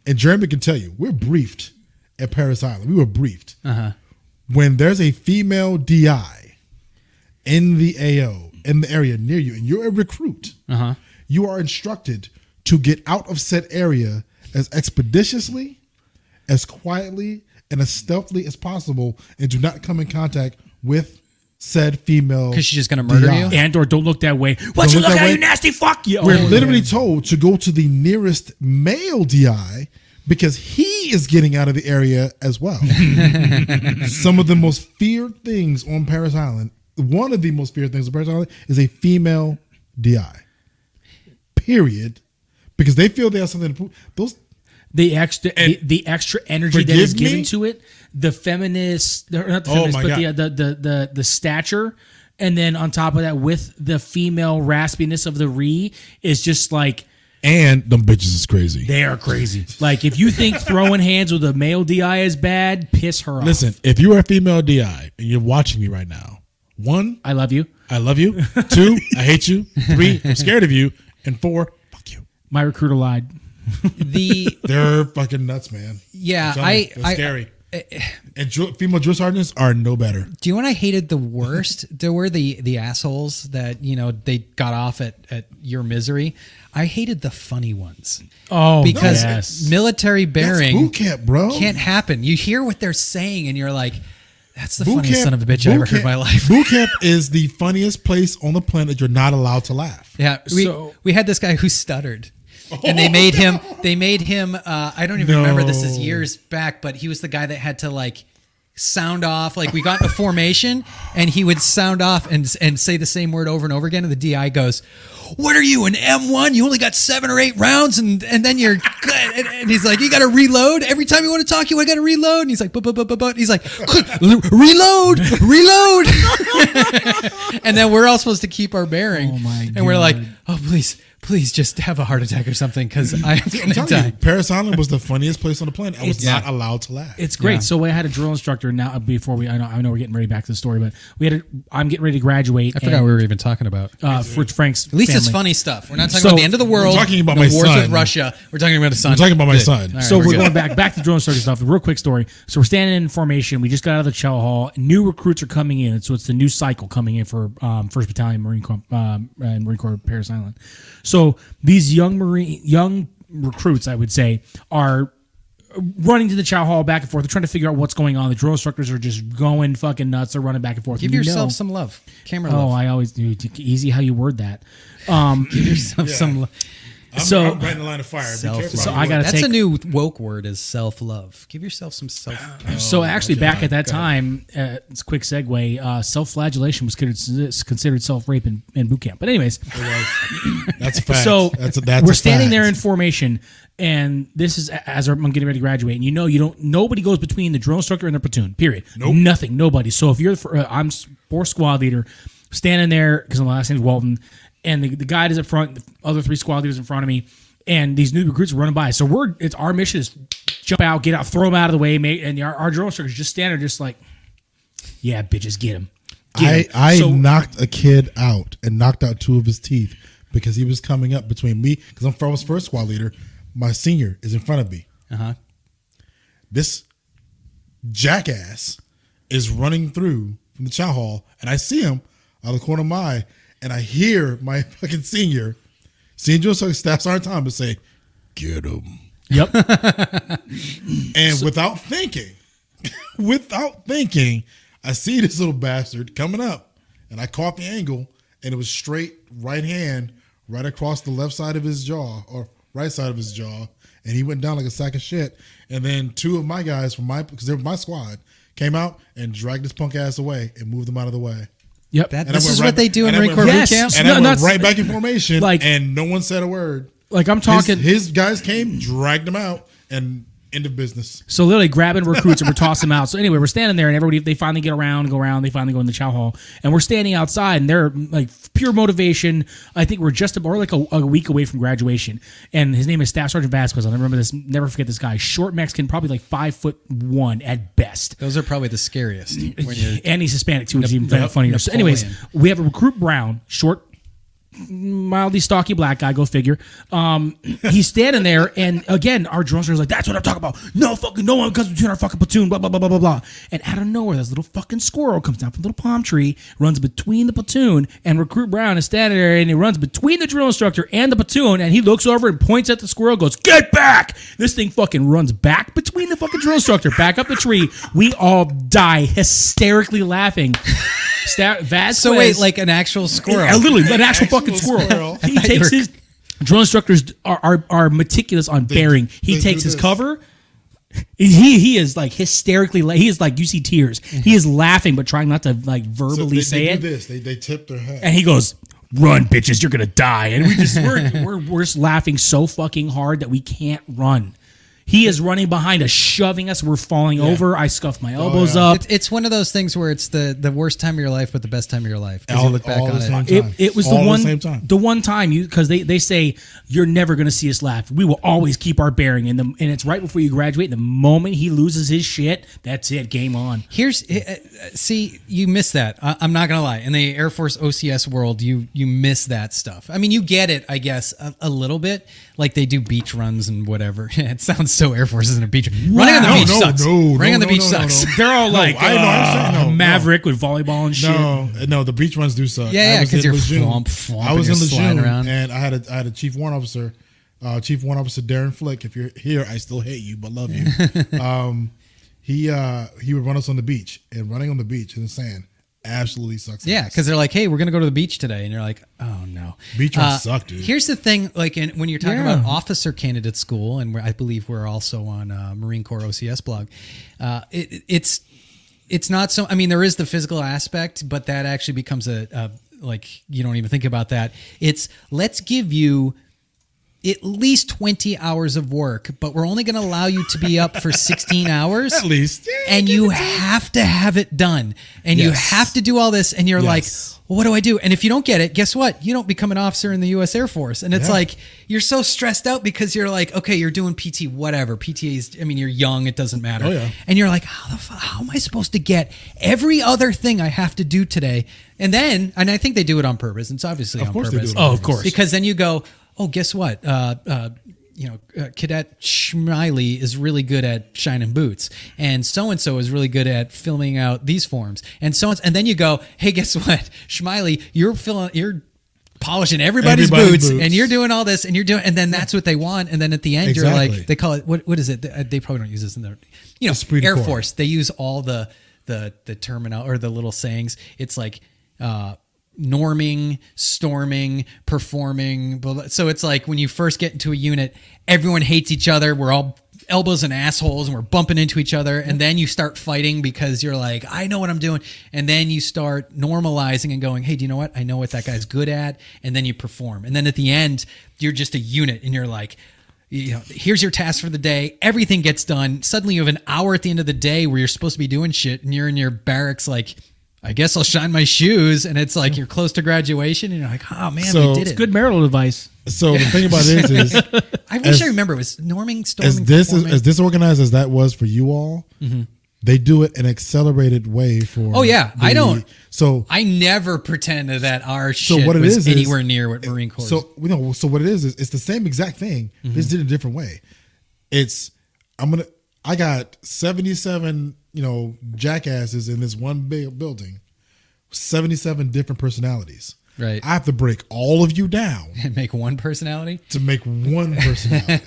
and Jeremy can tell you we're briefed at Paris Island. We were briefed
Uh-huh.
when there's a female DI in the AO in the area near you, and you're a recruit.
Uh-huh.
You are instructed to get out of said area as expeditiously, as quietly, and as stealthily as possible, and do not come in contact with said female
'Cause she's just gonna murder you?
And or don't look that way. What
Don't
you
look
look
that
at
way.
you nasty fuck you?
We're
Oh,
literally told to go to the nearest male DI because he is getting out of the area as well. Some of the most feared things on Paris Island, one of the most feared things on Paris Island is a female DI. Period. Because they feel they have something to prove. Those
the extra the, the extra energy that
Forgive
is given
me?
to it, the feminist, or not the
Oh
feminist,
my
but
God.
the, uh, the the the the stature, and then on top of that, with the female raspiness of the re, is just like
and them bitches is crazy.
they are crazy. like if you think throwing hands with a male di is bad, piss her off.
Listen, if you are a female DI and you're watching me right now, one,
I love you.
I love you. Two, I hate you. Three, I'm scared of you. And four, fuck you.
My recruiter lied.
the
They're fucking nuts, man.
Yeah,
I'm telling
I-
you, they're
I- eh,
scary. and drill, female drill sergeants are no better.
Do you know what I hated the worst? there were the the assholes that you know they got off at at your misery. I hated the funny ones
Oh,
because
yes.
military bearing
boot camp, bro.
Can't happen. You hear what they're saying, and you're like, "That's the
Boot
funniest
camp-
son of a bitch I
boot
ever heard in
camp-
my life."
boot camp is the funniest place on the planet. You're not allowed to laugh.
Yeah, we
So-
we had this guy who stuttered, and they
Oh,
made him.
no.
They made him. Uh, I don't even remember. This is
No.
years back, but he was the guy that had to like sound off. Like we got in a formation, and he would sound off and and say the same word over and over again. And the DI goes, "What are you an M one? You only got seven or eight rounds, and and then you're." And, and he's like, "You got to reload every time you want to talk. You got to reload." And he's like, "But but but but but." He's like, "Reload, reload." and then we're all supposed to keep our bearing.
Oh, my
and we're like,
God.
"Oh please." Please just have a heart attack or something because I am
I'm
gonna
telling
die.
you, Paris Island was the funniest place on the planet. I was
It's-
not allowed to laugh.
It's great. So I had a drill instructor now. uh, Before we, I know, I know we're getting ready back to the story, but we had. A, I'm getting ready to graduate.
I forgot
and,
we were even talking about.
uh, for Frank's.
At least it's
family.
funny stuff. We're not talking
So-
about the end of the world.
talking about
the
my
wars with
son.
Russia. We're talking about the son.
I'm talking about my son.
All right,
So
we're
we're,
good.
going back back to the drone circus stuff. Real quick story. So we're standing in formation. We just got out of the chow hall. New recruits are coming in, so it's the new cycle coming in for um, First Battalion Marine Corps um, and Marine Corps Paris Island. So these young Marine young recruits, I would say, are running to the chow hall back and forth. They're trying to figure out what's going on. The drill instructors are just going fucking nuts. They're running back and forth.
Give
You
yourself
know-
some love, camera
Oh,
love.
I always do. Easy how you word that. Um,
Give yourself some love.
I'm,
so-
I'm right in the line of fire. Be
Self.
careful.
So I gotta
That's a
take-
new woke word is self love. Give yourself some self.
So actually, back at that time, uh, it's a quick segue. Uh, self-flagellation was considered, considered self-rape in, in boot camp. But anyways,
That's a fact.
so
that's a, that's
we're
a
standing
fact.
there in formation, and this is as I'm getting ready to graduate. And you know, you don't. Nobody goes between the drill instructor and the platoon. Period.
Nope.
Nothing. Nobody. So if you're, the fir- uh, I'm s- fourth squad leader, standing there because my last name's Walton, and the, the guide is up front. The other three squad leaders in front of me, and these new recruits are running by. So we're it's our mission is jump out, get out, throw them out of the way, mate. And our, our drill instructor's just standing, there, just like, yeah, bitches, get him.
I, I knocked a kid out and knocked out two of his teeth because he was coming up between me because I'm I was first squad leader. My senior is in front of me.
Uh huh.
This jackass is running through from the chow hall, and I see him out of the corner of my eye, and I hear my fucking senior, senior drill sergeant staff sergeant Thomas say, "Get him!"
Yep.
And without thinking, without thinking, I see this little bastard coming up, and I caught the angle, and it was straight right hand right across the left side of his jaw or right side of his jaw, and he went down like a sack of shit. And then two of my guys from my because they were my squad came out and dragged this punk ass away and moved him out of the way.
Yep.
That,
And I
this
went
is
right-
what they do in
and I
Marine
went
Corps
right-
boot
Yes.
camps.
And
No,
I went
that's-
right back in formation,
Like-
and no one said a word.
like I'm
His,
talking.
his guys came, dragged him out, and end of business.
So literally grabbing recruits and we're tossing them out. So anyway, we're standing there and everybody they finally get around, go around, they finally go in the chow hall, and we're standing outside and they're like pure motivation. I think we're just about or like a, a week away from graduation. And his name is Staff Sergeant Vasquez. I'll remember this, never forget this guy. Short Mexican, probably like five foot one at best.
Those are probably the scariest. When you're,
And he's Hispanic too, which is even funnier. So, anyways,
Napoleon.
we have a recruit Brown, short, mildly stocky black guy. Go figure. Um, he's standing there, and again, our drone is like, "That's what I'm talking about. No fucking, no one comes between our fucking platoon." Blah blah blah blah blah blah. And out of nowhere, this little fucking squirrel comes down from a little palm tree, runs between the platoon, and recruit Brown is standing there, and he runs between the drill instructor and the platoon, and he looks over and points at the squirrel, goes, "Get back!" This thing fucking runs back between the fucking drill instructor, back up the tree. We all die hysterically laughing. Sta- Vasquez,
so wait, like an actual squirrel.
yeah, literally, an actual
actual
fucking squirrel.
squirrel.
He takes
you were-
his drill instructors are are, are meticulous on bearing. He
they
takes
do
his
this.
cover. He he is like hysterically. la- He is like you see tears. He is laughing but trying not to like
So
verbally
they,
say
they
it.
do this. They, they tip their hat.
And he goes, "Run, bitches! You're gonna die!" And we just we're, we're we're just laughing so fucking hard that we can't run. He is running behind us, shoving us. We're falling over. I scuff my elbows
Oh, yeah.
up.
It's, it's one of those things where it's the, the worst time of your life, but the best time of your life. 'cause
All-
you look back
all
on
the
it.
same time.
It, it was
All
the
at
one
the same time.
the one time you because they, they say you're never going to see us laugh. We will always keep our bearing, and the and it's right before you graduate. The moment he loses his shit, that's it. Game on.
Here's uh, uh, see you miss that. I, I'm not gonna lie. In the Air Force OCS world, you you miss that stuff. I mean, you get it, I guess, a, a little bit. Like they do beach runs and whatever. it sounds so Air Force isn't a beach. Running on the
No,
beach
no,
sucks.
no, no,
Running on the
no,
beach
no, no,
sucks.
no.
They're all like
I know, I'm saying
uh,
no, no.
Maverick with volleyball and shit.
No, no, the beach runs do suck.
Yeah, yeah,
I was
'cause
in
you're
Lejeune.
flomp, flomp,
I was
and
in
you're sliding
Lejeune,
around.
and I had a I had a chief warrant officer, uh, chief warrant officer Darren Flick. If you're here, I still hate you, but love you. um, he uh, he would run us on the beach, and running on the beach in the sand absolutely sucks.
Yeah,
ass.
because they're like, "Hey, we're gonna go to the beach today," and you're like, "Oh no,
Beach runs suck, dude.
Here's the thing: like in, when you're talking about
Yeah.
officer candidate school, and we're, I believe we're also on uh, Marine Corps OCS blog, uh, it, it's it's not so. I mean, there is the physical aspect, but that actually becomes a, a like you don't even think about that. It's let's give you at least 20 hours of work, but we're only going to allow you to be up for 16 hours.
At least.
And you have to have it done. And you
Yes.
have to do all this. And you're
Yes.
like, well, what do I do? And if you don't get it, guess what? You don't become an officer in the U.S. Air Force. And it's
Yeah.
like, you're so stressed out because you're like, okay, you're doing PT, whatever. PTA is, I mean, you're young, it doesn't matter.
Oh, yeah.
And you're like, how the fuck, how am I supposed to get every other thing I have to do today? And then, and I think they do it on purpose. It's obviously on
course they do
purpose.
it on
Oh, of purpose. course.
Because then you go, oh, guess what? Uh, uh, you know, uh, Cadet Schmiley is really good at shining boots, and so and so is really good at filling out these forms, and so and then you go, hey, guess what, Schmiley, you're filling, you're polishing everybody's,
Everybody's
boots,
boots.
and you're doing all this, and you're doing, and then that's what they want, and then at the end, you're
Exactly.
like, they call it what? What is it? They, uh, they probably don't use this in their, you know,
Esprit de
Air
corps.
Force. They use all the the the terminal or the little sayings. It's like uh, norming, storming, performing. Blah, blah. So it's like when you first get into a unit, everyone hates each other. We're all elbows and assholes and we're bumping into each other and then you start fighting because you're like I know what I'm doing and then you start normalizing and going hey do you know what I know what that guy's good at and then you perform and then at the end you're just a unit and you're like you know, here's your task for the day. Everything gets done. Suddenly you have an hour at the end of the day where you're supposed to be doing shit and you're in your barracks like, I guess I'll shine my shoes. And it's like you're close to graduation and you're like, oh man,
So-
we did it.
It's
Good marital advice.
So the thing about this is,
I wish
As-
I remember it was norming, storming,
as this is,
performing. Mm-hmm.
as disorganized as that was for you all, they do it an accelerated way for.
Oh, yeah. I don't-
So
I never pretended that our
So
shit
what it
was
is is-
anywhere near what Marine Corps.
So we know. So what it is is it's the same exact thing. They
Mm-hmm.
Just did it a different way. It's I'm gonna. I got 77 you know jackasses in this one big building. 77 different personalities.
Right.
I have to break all of you down
and make one personality.
to make one personality,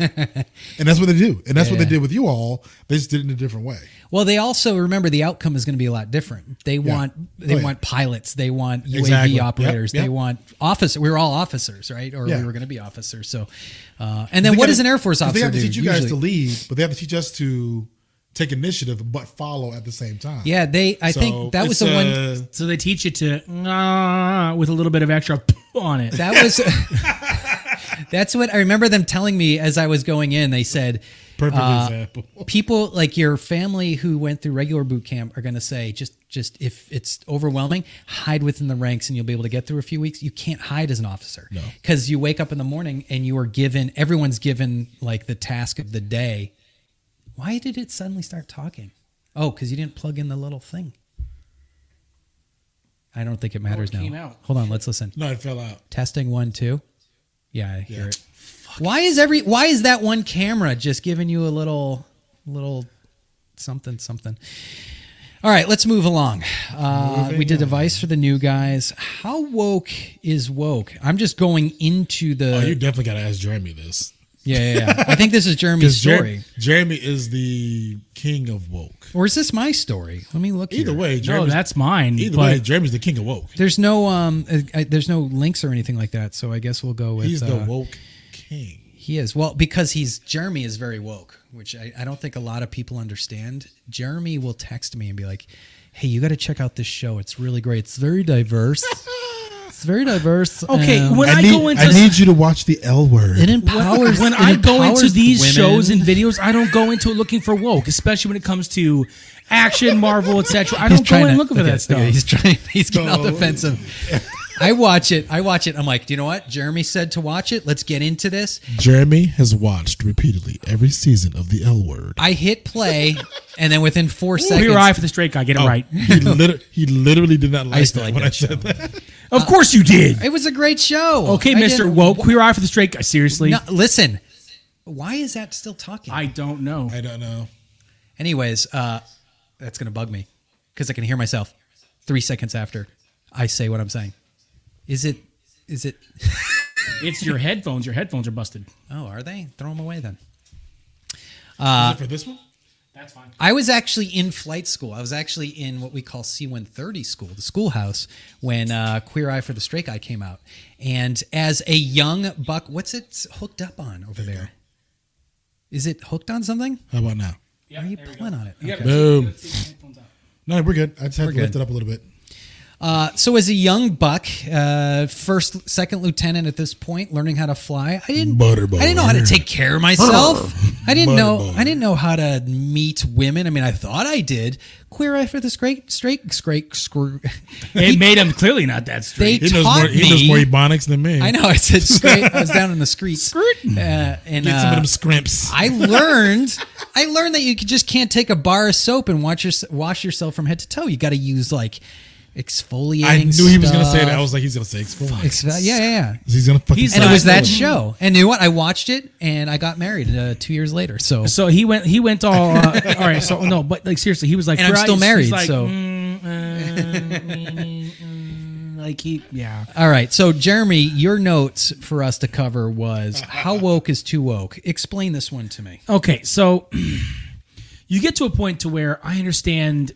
and that's what they do. And that's what
Yeah.
they did with you all. They just did it in a different way.
Well, they also remember the outcome is going to be a lot different. They want they
Oh, yeah.
want pilots, they want UAV
Exactly. Yep,
operators, they
yep.
want officer. We were all officers, right? Or
Yeah.
we were going to be officers. So, uh, and then what
They
does an
gotta-
Air Force
'cause
officer
They have to
do?
teach you guys to
Usually-
lead, but they have to teach us to take initiative but follow at the same time.
yeah, they. I
So
think that was
it's,
the one.
uh,
So they teach you to "Nah," with a little bit of extra on it.
That was. that's what I remember them telling me as I was going in. They said,
perfect
uh,
example.
people like your family who went through regular boot camp are going to say just just if it's overwhelming hide within the ranks and you'll be able to get through a few weeks you can't hide as an officer because you wake up in the morning and you are given everyone's given like the task of the day why did it suddenly start talking oh because you didn't plug in the little thing i don't think it matters
came
now
out.
hold on let's listen
No, it fell out.
Testing one, two. Yeah, I hear it. Why is every why is that one camera just giving you a little little something something? All right, let's move along. Uh, we did advice for the new guys. How woke is woke? I'm just going into the
Oh, you definitely got to ask Jeremy this.
yeah, yeah, yeah. I think this is Jeremy's
Because
story,
Jeremy is the king of woke.
or is this my story? Let me look.
Either
here.
way,
no,
Jeremy's,
that's mine.
either
but
way, Jeremy's the king of woke.
there's no um, uh, I, there's no links or anything like that. So I guess we'll go with
He's the
uh,
woke king.
He is well because he's Jeremy is very woke, which I, I don't think a lot of people understand. Jeremy will text me and be like, "Hey, you got to check out this show. It's really great. It's very diverse. it's very diverse.
Okay,
um,
when I, go into
you to watch the L word.
it empowers
when
it
I go into
empowers
these
women.
shows and videos, I don't go into it looking for woke, especially when it comes to action, Marvel, etc. I
He's
don't go
trying
in
to-
looking for
okay,
that stuff.
okay, he's trying. He's getting all
No.
defensive. I watch it. I watch it. I'm like, do you know what? Jeremy said to watch it. Let's get into this.
Jeremy has watched repeatedly every season of the L word.
I hit play, and then within four
Ooh,
seconds,
your eye for the straight guy. Get it
Oh.
right.
He, liter- he literally did not like
used to
that
like
when
that
I said that.
Of course you did.
it was a great show.
Okay,
Uh, I
Mister
didn't-
Woke. Queer eye for the straight guy. Seriously,
No, listen. Why is that still talking?
I don't know.
I don't know.
Anyways, uh, that's gonna bug me because I can hear myself three seconds after I say what I'm saying. Is it? Is it?
It's your headphones. Your headphones are busted.
Oh, are they? Throw them away then.
Is it for this one?
That's fine.
I was actually in flight school. I was actually in what we call C130 school, the schoolhouse, when uh, Queer Eye for the Straight Guy came out. And as a young buck, what's it hooked up on over there? Is it hooked on something?
How about now?
Are you pulling on it? Okay.
Boom. No, we're good. I just had to
good.
lift it up a little bit.
Uh, so as a young buck, uh, first, second lieutenant at this point, learning how to fly, I didn't,
Butter boy.
I didn't know how to take care of myself. I didn't
Butter
know,
boy.
I didn't know how to meet women. I mean, I thought I did. Queer Eye for the Straight, Straight, Straight, Screw.
It made him clearly not that
They
straight.
He knows
taught
more.
me.
He knows more ebonics than me.
I know. I said straight. I was down in the streets.
Skirt.
Uh, and
Get some
uh,
of them scrimps.
I learned I learned that you could- just can't take a bar of soap and watch your, wash yourself from head to toe. You got to use like exfoliating.
I knew he was gonna say that. I
stuff.
was like, he's gonna say exfoliates.
Exfoli- yeah, yeah, yeah.
He's gonna fucking.
He's
say
And it
not-
was that
exfoliates.
show. And you know what? I watched it and I got married uh, two years later. So,
So he went. He went all. Uh, all right. So no, but like seriously, he was like.
And I'm
"Right,"
still
he's
married,
like,
so-
mm, uh, mm, mm, like he, yeah.
all right. So, Jeremy, your notes for us to cover was how woke is too woke. Explain this one to me.
Okay, so you get to a point to where I understand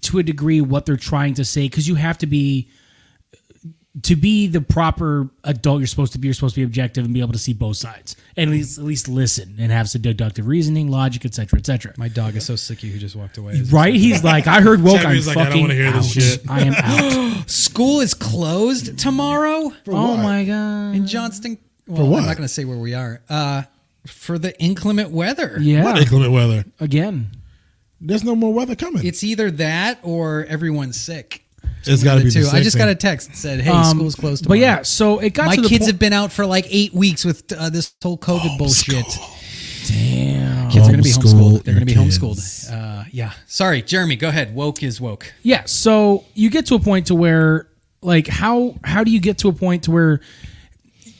to a degree what they're trying to say because you have to be to be the proper adult you're supposed to be you're supposed to be objective and be able to see both sides and at least, at least listen and have some deductive reasoning logic etc cetera, etc cetera.
My dog is so sick. Who just walked away?
right he's like i heard woke i'm
Chappie's like, I don't
fucking
wanna hear
out.
this shit.
i am out
School is closed tomorrow.
oh
what?
my god
in Johnston. Well,
what?
I'm not going to say where we are. Uh, for the inclement weather.
What
yeah
inclement weather?
again
There's no more weather coming.
It's either that or everyone's sick.
it's got to
The
be
two.
the
I just
same
got a
thing.
text that said, "Hey,
Um,
school's closed
but
tomorrow."
yeah so it got
my
to the
kids
point-
have been out for like eight weeks with uh, this whole COVID bullshit.
damn
Kids are going to be
Homeschool
homeschooled. They're going to be
your
homeschooled. Uh, yeah. Sorry, Jeremy. Go ahead. Woke is woke.
Yeah, so you get to a point to where like how how do you get to a point to where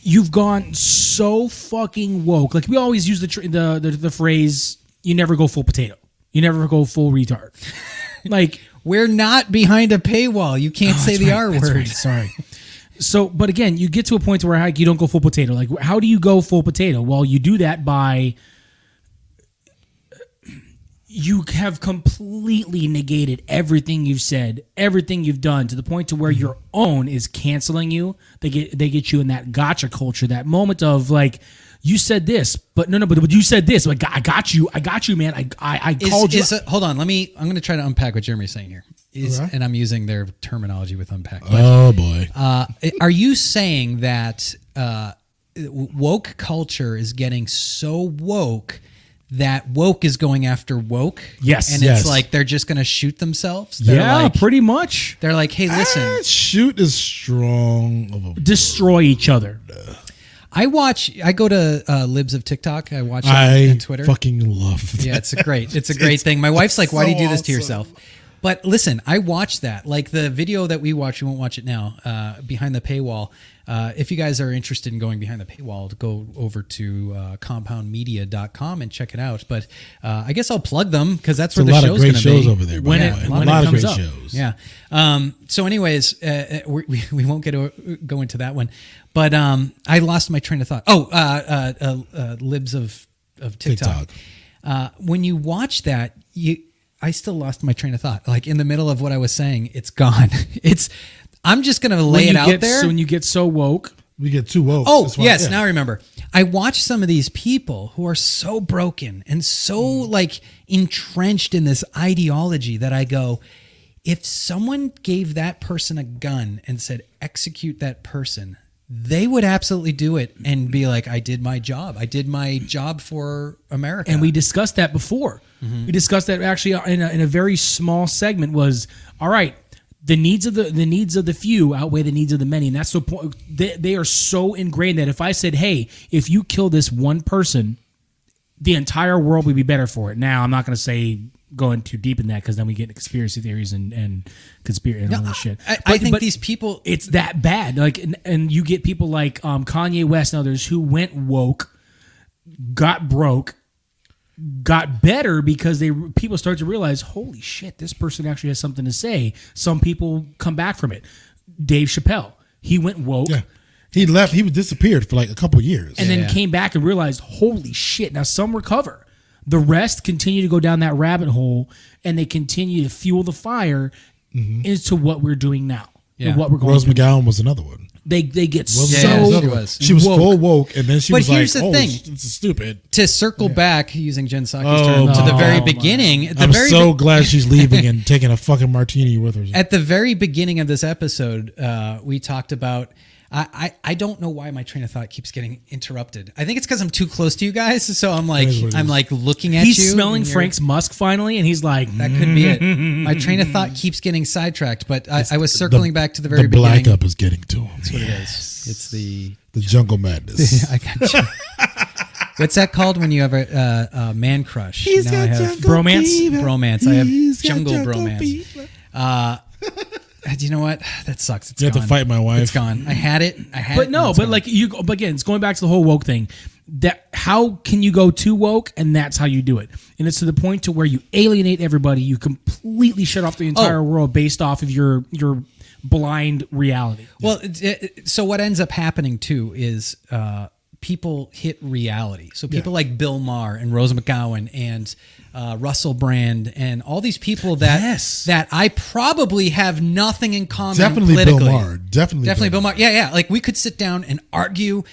you've gone so fucking woke? Like we always use the tr- the the, the phrase you never go full potato. You never go full retard. like
We're not behind a paywall. You can't say the R word.
Sorry. So, but again, you get to a point to where like, you don't go full potato. Like, how do you go full potato? Well, you do that by you have completely negated everything you've said, everything you've done, to the point to where
Mm-hmm.
your own is canceling you. They get they get you in that gotcha culture, that moment of like. You said this, but no, no, but, but you said this. Like I got you, I got you, man. I I, I
Is,
called
is
you.
a- hold on. Let me. I'm going to try to unpack what Jeremy's saying here. Is
Okay.
and I'm using their terminology with unpack. but-
Oh boy.
Uh, are you saying that uh, woke culture is getting so woke that woke is going after woke?
Yes.
and
Yes.
it's like they're just going to shoot themselves. They're
yeah,
like,
pretty Eh. much.
They're like, hey,
Ah,
listen,
shoot is strong of a.
Destroy each other.
I watch. I go to uh, libs of TikTok. I watch it
I
on Twitter.
fucking love. That.
Yeah, it's a great, it's a great thing. My wife's like, "Why do you do
so
this to
awesome.
yourself?" But listen, I watched that. Like the video that we watch, we won't watch it now. Uh, behind the paywall. Uh, if you guys are interested in going behind the paywall, to go over to uh, compoundmedia.com and check it out. But uh, I guess I'll plug them because that's
There's
where
a
the
lot of
show's
great
gonna
shows
be.
over there. by
When
the
it-
way.
when
a
it
lot of
comes
great
up.
shows.
Yeah. Um, so, anyways, uh, uh, we, we- we won't get to, go into that one, but um, I lost my train of thought. Oh, uh, uh, uh, uh, libs of of TikTok.
TikTok.
Uh, when you watch that, you I still lost my train of thought. Like in the middle of what I was saying, it's gone. It's I'm just gonna lay
when
it
you
out
get,
there.
So when you get so woke,
We get too woke.
Oh,
That's why-
yes.
yeah.
Now I remember. I watch some of these people who are so broken and so
Hmm.
like entrenched in this ideology that I go, if someone gave that person a gun and said, execute that person, they would absolutely do it and be like, I did my job. I did my job for America.
and we discussed that before.
Mm-hmm.
We discussed that actually in a, in a very small segment. Was all right. The needs of the the needs of the few outweigh the needs of the many, and that's the point. They, they are so ingrained that if I said, "Hey, if you kill this one person, the entire world would be better for it." Now I'm not going to say going too deep in that because then we get into conspiracy theories and and conspiracy and all this shit.
I, I
But-
think
but-
these people,
it's that bad. Like, and, and you get people like um, Kanye West and others who went woke, got broke, got better because they people start to realize, holy shit, this person actually has something to say. Some people come back from it. Dave Chappelle, he went woke.
Yeah. He left. He was disappeared for like a couple years.
And then
Yeah.
came back and realized, holy shit, now some recover. The rest continue to go down that rabbit hole and they continue to
Mm-hmm.
fuel the fire into what we're doing now. and
Yeah.
What we're going
Rose
through.
McGowan was another one.
They they get
Yeah,
so
she
another one.
was
She was
woke.
full woke, and then she
But
was
here's
like,
the
"Oh,
thing.
sh- this is stupid."
to circle back using Jen Saki's
Oh,
term to the
no.
very
Oh, my.
beginning. At the
I'm
very
so
be-
glad she's leaving and taking a fucking martini with her.
at the very beginning of this episode, uh, we talked about. I, I, I don't know why my train of thought keeps getting interrupted. I think it's because I'm too close to you guys, so I'm like
That is what it
I'm
is.
like looking at
he's
you.
smelling
and you're-
Frank's musk finally, and he's like, "Mm."
That could be it. My train of thought keeps getting sidetracked, but I, I was circling back to the very
the
beginning.
black up is getting to him.
That's what it is. It's the
The jungle madness.
I got you. What's that called when you have a uh, uh, man crush?
He's
Now I have
bromance?
Bromance. I have
He's got
jungle
jungle
bromance.
fever.
Uh, Do you know what? That sucks. It's
You have
gone.
to fight my wife.
It's gone. I had it. I had it.
but
and
no,
it's
but
gone.
like you, go- but again, it's going back to the whole woke thing. That how can you go too woke, and that's how you do it, and it's to the point to where you alienate everybody, you completely shut off the entire
Oh.
world based off of your your blind reality.
Well, it, it, so what ends up happening too is uh, people hit reality. So people like Bill Maher and Rose McGowan and uh, Russell Brand and all these people that
Yes.
that I probably have nothing in common.
Definitely Bill
politically.
Maher. Definitely
definitely
Bill
Bill Maher. Yeah, yeah. Like we could sit down and argue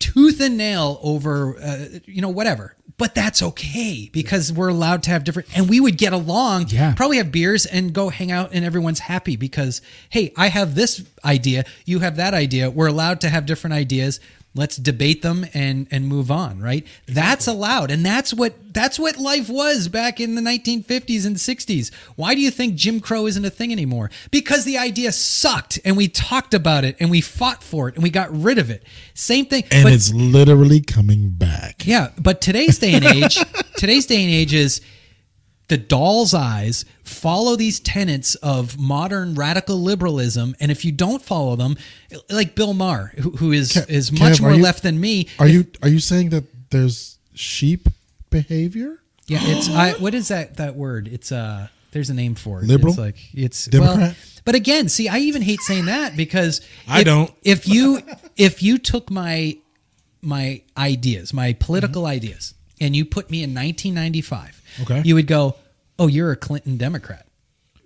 tooth and nail over, uh, you know, whatever. But that's okay because we're allowed to have different, and we would get along.
Yeah.
Probably have beers and go hang out, and everyone's happy because hey, I have this idea, you have that idea. We're allowed to have different ideas. Let's debate them and and move on, right? That's allowed, and that's what that's what life was back in the 1950s and 60s. Why do you think Jim Crow isn't a thing anymore? Because the idea sucked, and we talked about it, and we fought for it, and we got rid of it. Same thing,
And
but-
it's literally coming back.
yeah, but today's day and age, today's day and age is the doll's eyes follow these tenets of modern radical liberalism, and if you don't follow them, like Bill Maher, who, who is is
Kev,
much
are
more
you-
left than me.
Are you are you saying that there's sheep behavior?
Yeah, it's I, what is that that word? It's uh, there's a name for it.
Liberal?
It's like it's Well,
Democrat?
but again, see, I even hate saying that because
I
if-
don't.
If you if you took my my ideas, my political ideas, and you put me in 1995,
Mm-hmm. Okay.
you would go, oh, you're a Clinton Democrat.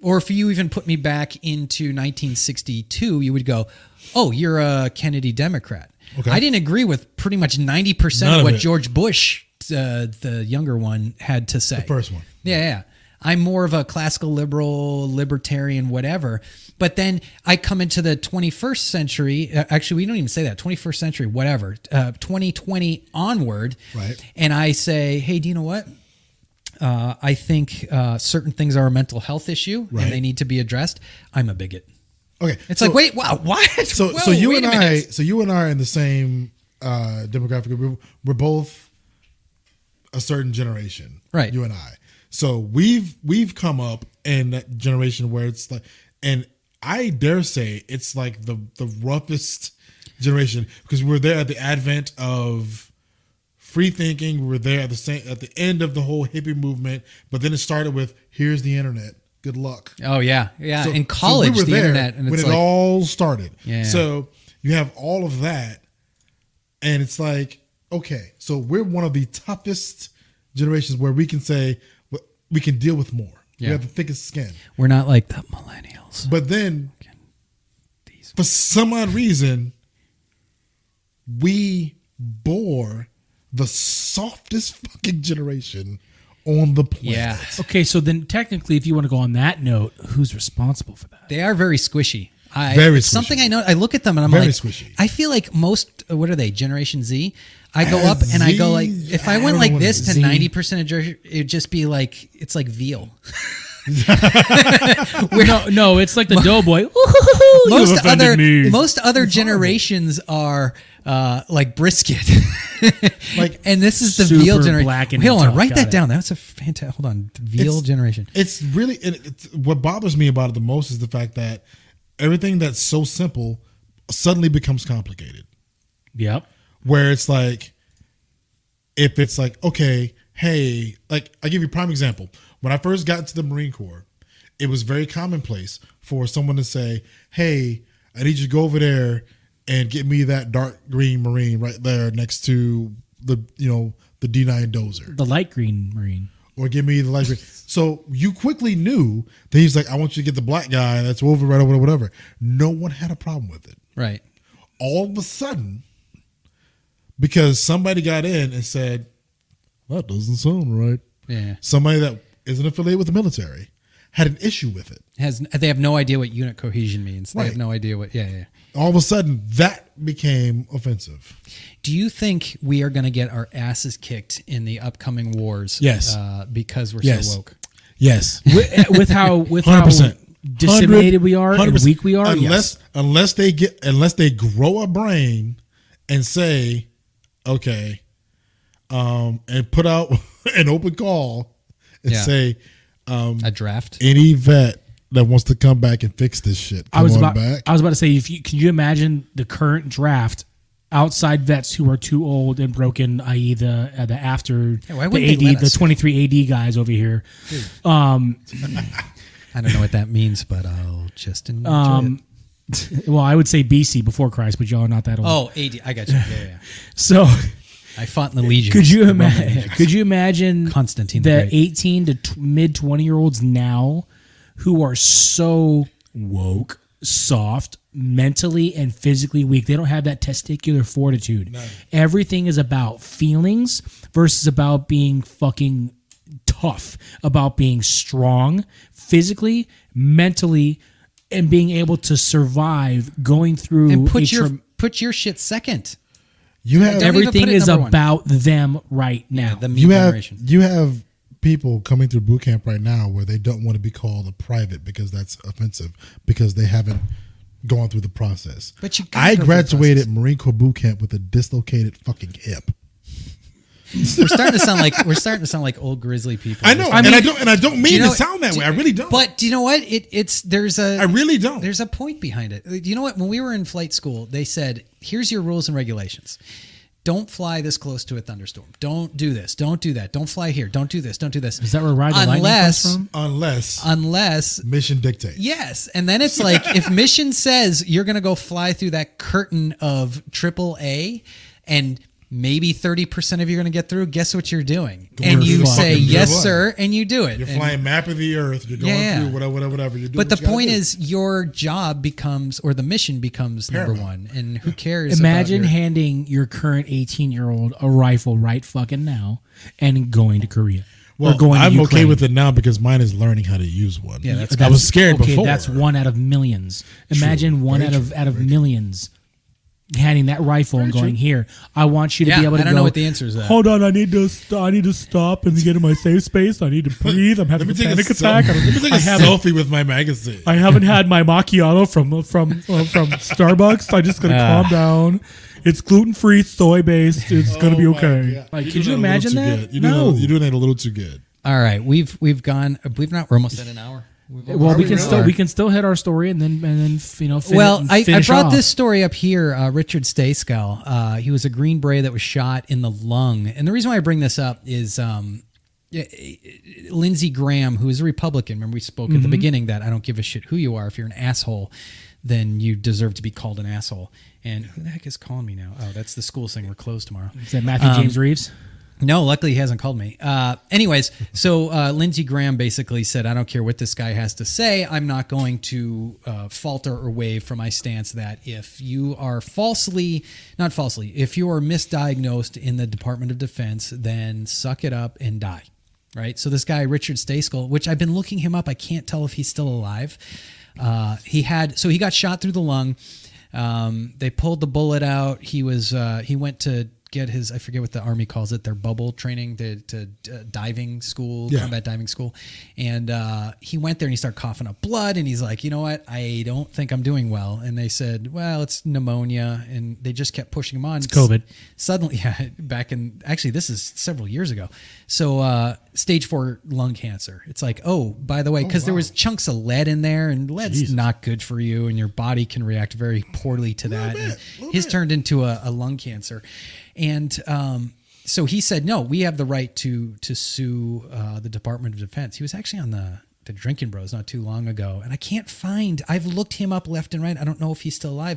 Or if you even put me back into 1962, you would go, oh, you're a Kennedy Democrat.
Okay.
I didn't agree with pretty much 90%
None
of
of
what
it.
George Bush, uh, the younger one, had to say. The
first one.
yeah, yeah. I'm more of a classical liberal, libertarian, whatever. But then I come into the 21st century. uh, Actually, we don't even say that. 21st century, whatever. Uh, 2020 onward.
Right.
And I say, hey, do you know what? Uh, I think uh, certain things are a mental health issue
Right.
and they need to be addressed. I'm a bigot.
Okay.
It's
so-
like, wait, wow, what?
So
Whoa,
so you
wait
and
a
I
minute.
so you and I are in the same uh demographic group. We're- We're both a certain generation.
Right.
You and I. So we've we've come up in that generation where it's like and I dare say it's like the the roughest generation because we're there at the advent of free thinking. We were there at the same at the end of the whole hippie movement, but then it started with here's the internet. Good luck.
Oh, yeah. Yeah.
So-
In
so we
college,
were
the
there
internet. And
when
it's
it
like,
all started.
Yeah.
So you have all of that, and it's like, okay, so we're one of the toughest generations where we can say "Well, we can deal with more.
Yeah.
We have the thickest skin,
we're not like the millennials.
but then for some odd reason, we bore the softest fucking generation on the planet.
Yeah.
Okay, so then technically, if you want to go on that note, who's responsible for that?
They are very squishy. I,
Very
it's Something
squishy.
I know. I look at them and I'm
Very
like,
squishy.
I feel like most. uh, What are they? Generation Z. I go
Uh,
up and I go
Z,
like, if
I
I went
don't
like
know what
this
it
to
is.
ninety percent of Jersey, it'd just be like it's like veal. Where
No, no, it's like the doughboy.
most
offended
other
me.
most other generations are uh, like brisket.
Like,
and this is the
super
veal generation.
black and
Hold on,
tough,
write
got
that
it.
down. That's a fantastic. Hold on, veal
It's-
generation.
It's really it, it's, what bothers me about it the most is the fact that everything that's so simple suddenly becomes complicated.
Yep.
Where it's like, if it's like, okay, hey, like I give you a prime example. When I first got into the Marine Corps, it was very commonplace for someone to say, "Hey, I need you to go over there and get me that dark green Marine right there next to the you know the D nine dozer."
The light green marine.
or give me the light green. So you quickly knew that he's like, I want you to get the black guy that's over right over whatever. No one had a problem with it.
Right.
all of a sudden, because somebody got in and said, that doesn't sound right.
Yeah.
Somebody that isn't affiliated with the military had an issue with it.
Has they have no idea what unit cohesion means. They
Right.
have no idea what. Yeah, yeah.
All of a sudden, that became offensive.
Do you think we are going to get our asses kicked in the upcoming wars?
Yes.
Uh, because we're
Yes.
so woke.
Yes.
with, Eh, with how with
Hundred
how
percent.
disseminated we are and weak we are.
Unless unless they get unless they grow a brain and say, okay, um, and put out an open call and
Yeah.
say Um,
A draft.
any vet that wants to come back and fix this shit, come
I was
on
about
back.
I was about to say if you can you imagine the current draft outside vets who are too old and broken, i.e. the uh, the after
why wouldn't
the
they let
AD the
us?
twenty three AD guys over here.
I don't know what that means, but I'll just enjoy
Um,
it.
Well, I would say BC before Christ, but y'all are not that old.
Oh, AD. I got you. Yeah, yeah. yeah.
So
I fought in the legion.
could you imagine? Could you imagine
Constantine the
the
Great.
eighteen to t- mid twenty year olds now who are so woke, soft, mentally and physically weak? They don't have that testicular fortitude. Everything is about feelings versus about being fucking tough, about being strong physically, mentally. And being able to survive going through
and
a
put your
tra-
put your shit second?
You have
Don't even put
everything
it
is
number one.
about them right now.
The me
you have
generation.
you have people coming through boot camp right now where they don't want to be called a private because that's offensive because they haven't gone through the process.
But you gotta
I
go through the
graduated Marine Corps boot camp with a dislocated fucking hip.
we're starting to sound like we're starting to sound like old grizzly people.
I know,
Just-
and I don't, and I don't mean
You know-
to sound that
do-
way. I really don't.
But do you know what? It it's there's a
I really don't.
There's a point behind it. You know what? When we were in flight school, they said, "Here's your rules and regulations. Don't fly this close to a thunderstorm. Don't do this. Don't do that. Don't fly here. Don't do this. Don't do this."
Is that where Ride the Lightning comes
unless
from?
unless
Uh, unless
mission dictates,
yes, and then it's like if mission says you're going to go fly through that curtain of triple A, and maybe 30% of you are going to get through guess what you're doing and
You're
you say
fucking-
yes
you're right.
sir and you do it
you're
And-
flying map of the earth. You're going
Yeah.
through whatever, whatever, whatever. You're
But
doing
the
what you gotta
point
do.
is, your job becomes, or the mission becomes number one, and who cares?
Imagine
about your-
handing your current 18 year old a rifle right fucking now and going to Korea.
well,
or going
I'm
to
okay
Ukraine.
with it now because mine is learning how to use one.
Yeah, that's
I was scared
okay,
before.
That's one out of millions. Imagine one
Very
out of
true.
out of millions handing that rifle and going here. I want you to
Yeah,
be able
I
to
don't
go,
know what the answer is. to that.
Hold on, I need to st- I need to stop and get in my safe space. I need to breathe. I'm
Let
having
me
a
take a,
panic
self-
attack.
let me take a
I haven't
selfie with my magazine.
I haven't had my macchiato from from uh, from Starbucks. I just gotta calm down. It's gluten free, soy based. It's gonna be
Oh my
okay.
God.
Like,
You're doing
could you
that a little
imagine
too
that?
good. You're doing,
No.
that- you're doing that a little too good.
All right, we've we've gone. We've not. We're almost at an hour.
Well, we can
really
still
are.
we can still hit our story and then and then f- you know. Fin-
Well,
and
I, I
finish
brought
off.
this story up here. Uh, Richard Stayskel, uh, he was a Green Beret that was shot in the lung, and the reason why I bring this up is um, Lindsey Graham, who is a Republican. Remember, we spoke
Mm-hmm.
at the beginning that I don't give a shit who you are. If you're an asshole, then you deserve to be called an asshole. And who the heck is calling me now? Oh, that's the school saying we're closed tomorrow.
Is that Matthew
Um,
James Reeves?
No, luckily he hasn't called me. Uh, anyways, so uh, Lindsey Graham basically said, I don't care what this guy has to say. I'm not going to uh, falter or waive from my stance that if you are falsely, not falsely, if you are misdiagnosed in the Department of Defense, then suck it up and die. Right. So this guy, Richard Staskel, which I've been looking him up, I can't tell if he's still alive. Uh, he had, so he got shot through the lung. Um, they pulled the bullet out. He was uh, he went to get his I forget what the army calls it their bubble training to, to uh, diving school
Yeah.
combat diving school, and uh, he went there and he started coughing up blood and he's like you know what I don't think I'm doing well and they said well it's pneumonia and they just kept pushing him on it's
COVID.
suddenly yeah back in actually this is several years ago so uh, stage four lung cancer it's like oh by the way because there was chunks of lead in there and lead's not good for you and your body can react very poorly to that
bit,
and
little
his
bit.
turned into a, a lung cancer and um, so he said no we have the right to to sue uh, the department of defense he was actually on the the drinking bros not too long ago and i can't find i've looked him up left and right i don't know if he's still alive